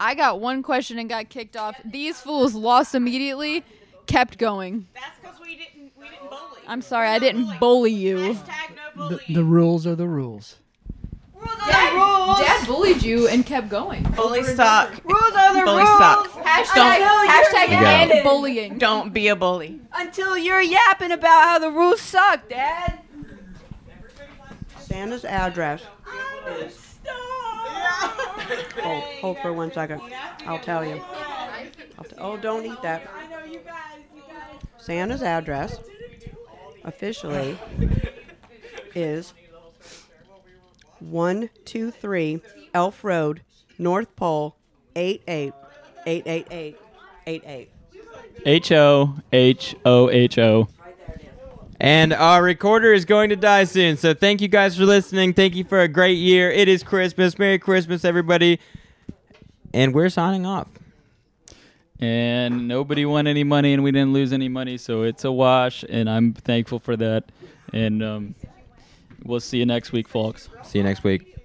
[SPEAKER 13] I got one question and got kicked off. These fools lost immediately, kept going. That's because we didn't we didn't bully. I'm sorry, I didn't bully you.
[SPEAKER 12] The, the rules are the rules.
[SPEAKER 13] Dad, Dad bullied you and kept going.
[SPEAKER 4] Bullies suck.
[SPEAKER 13] Rules are
[SPEAKER 4] the Bullies rules. suck.
[SPEAKER 13] Hashtag, hashtag
[SPEAKER 4] Don't-
[SPEAKER 13] end
[SPEAKER 4] Yeah.
[SPEAKER 13] bullying.
[SPEAKER 4] Don't be a bully.
[SPEAKER 3] Until you're yapping about how the rules suck, Dad.
[SPEAKER 7] Santa's address. Hold, hold for one second. I'll tell you. I'll t- oh, don't eat that. Santa's address. officially is one two three Elf Road, North Pole, eight eight eight eight eight eight eight.
[SPEAKER 2] H O H O H O.
[SPEAKER 1] And our recorder is going to die soon. So thank you guys for listening. Thank you for a great year. It is Christmas. Merry Christmas, everybody. And we're signing off.
[SPEAKER 2] and nobody won any money and we didn't lose any money so it's a wash and i'm thankful for that and um, we'll see you next week folks
[SPEAKER 1] See you next week.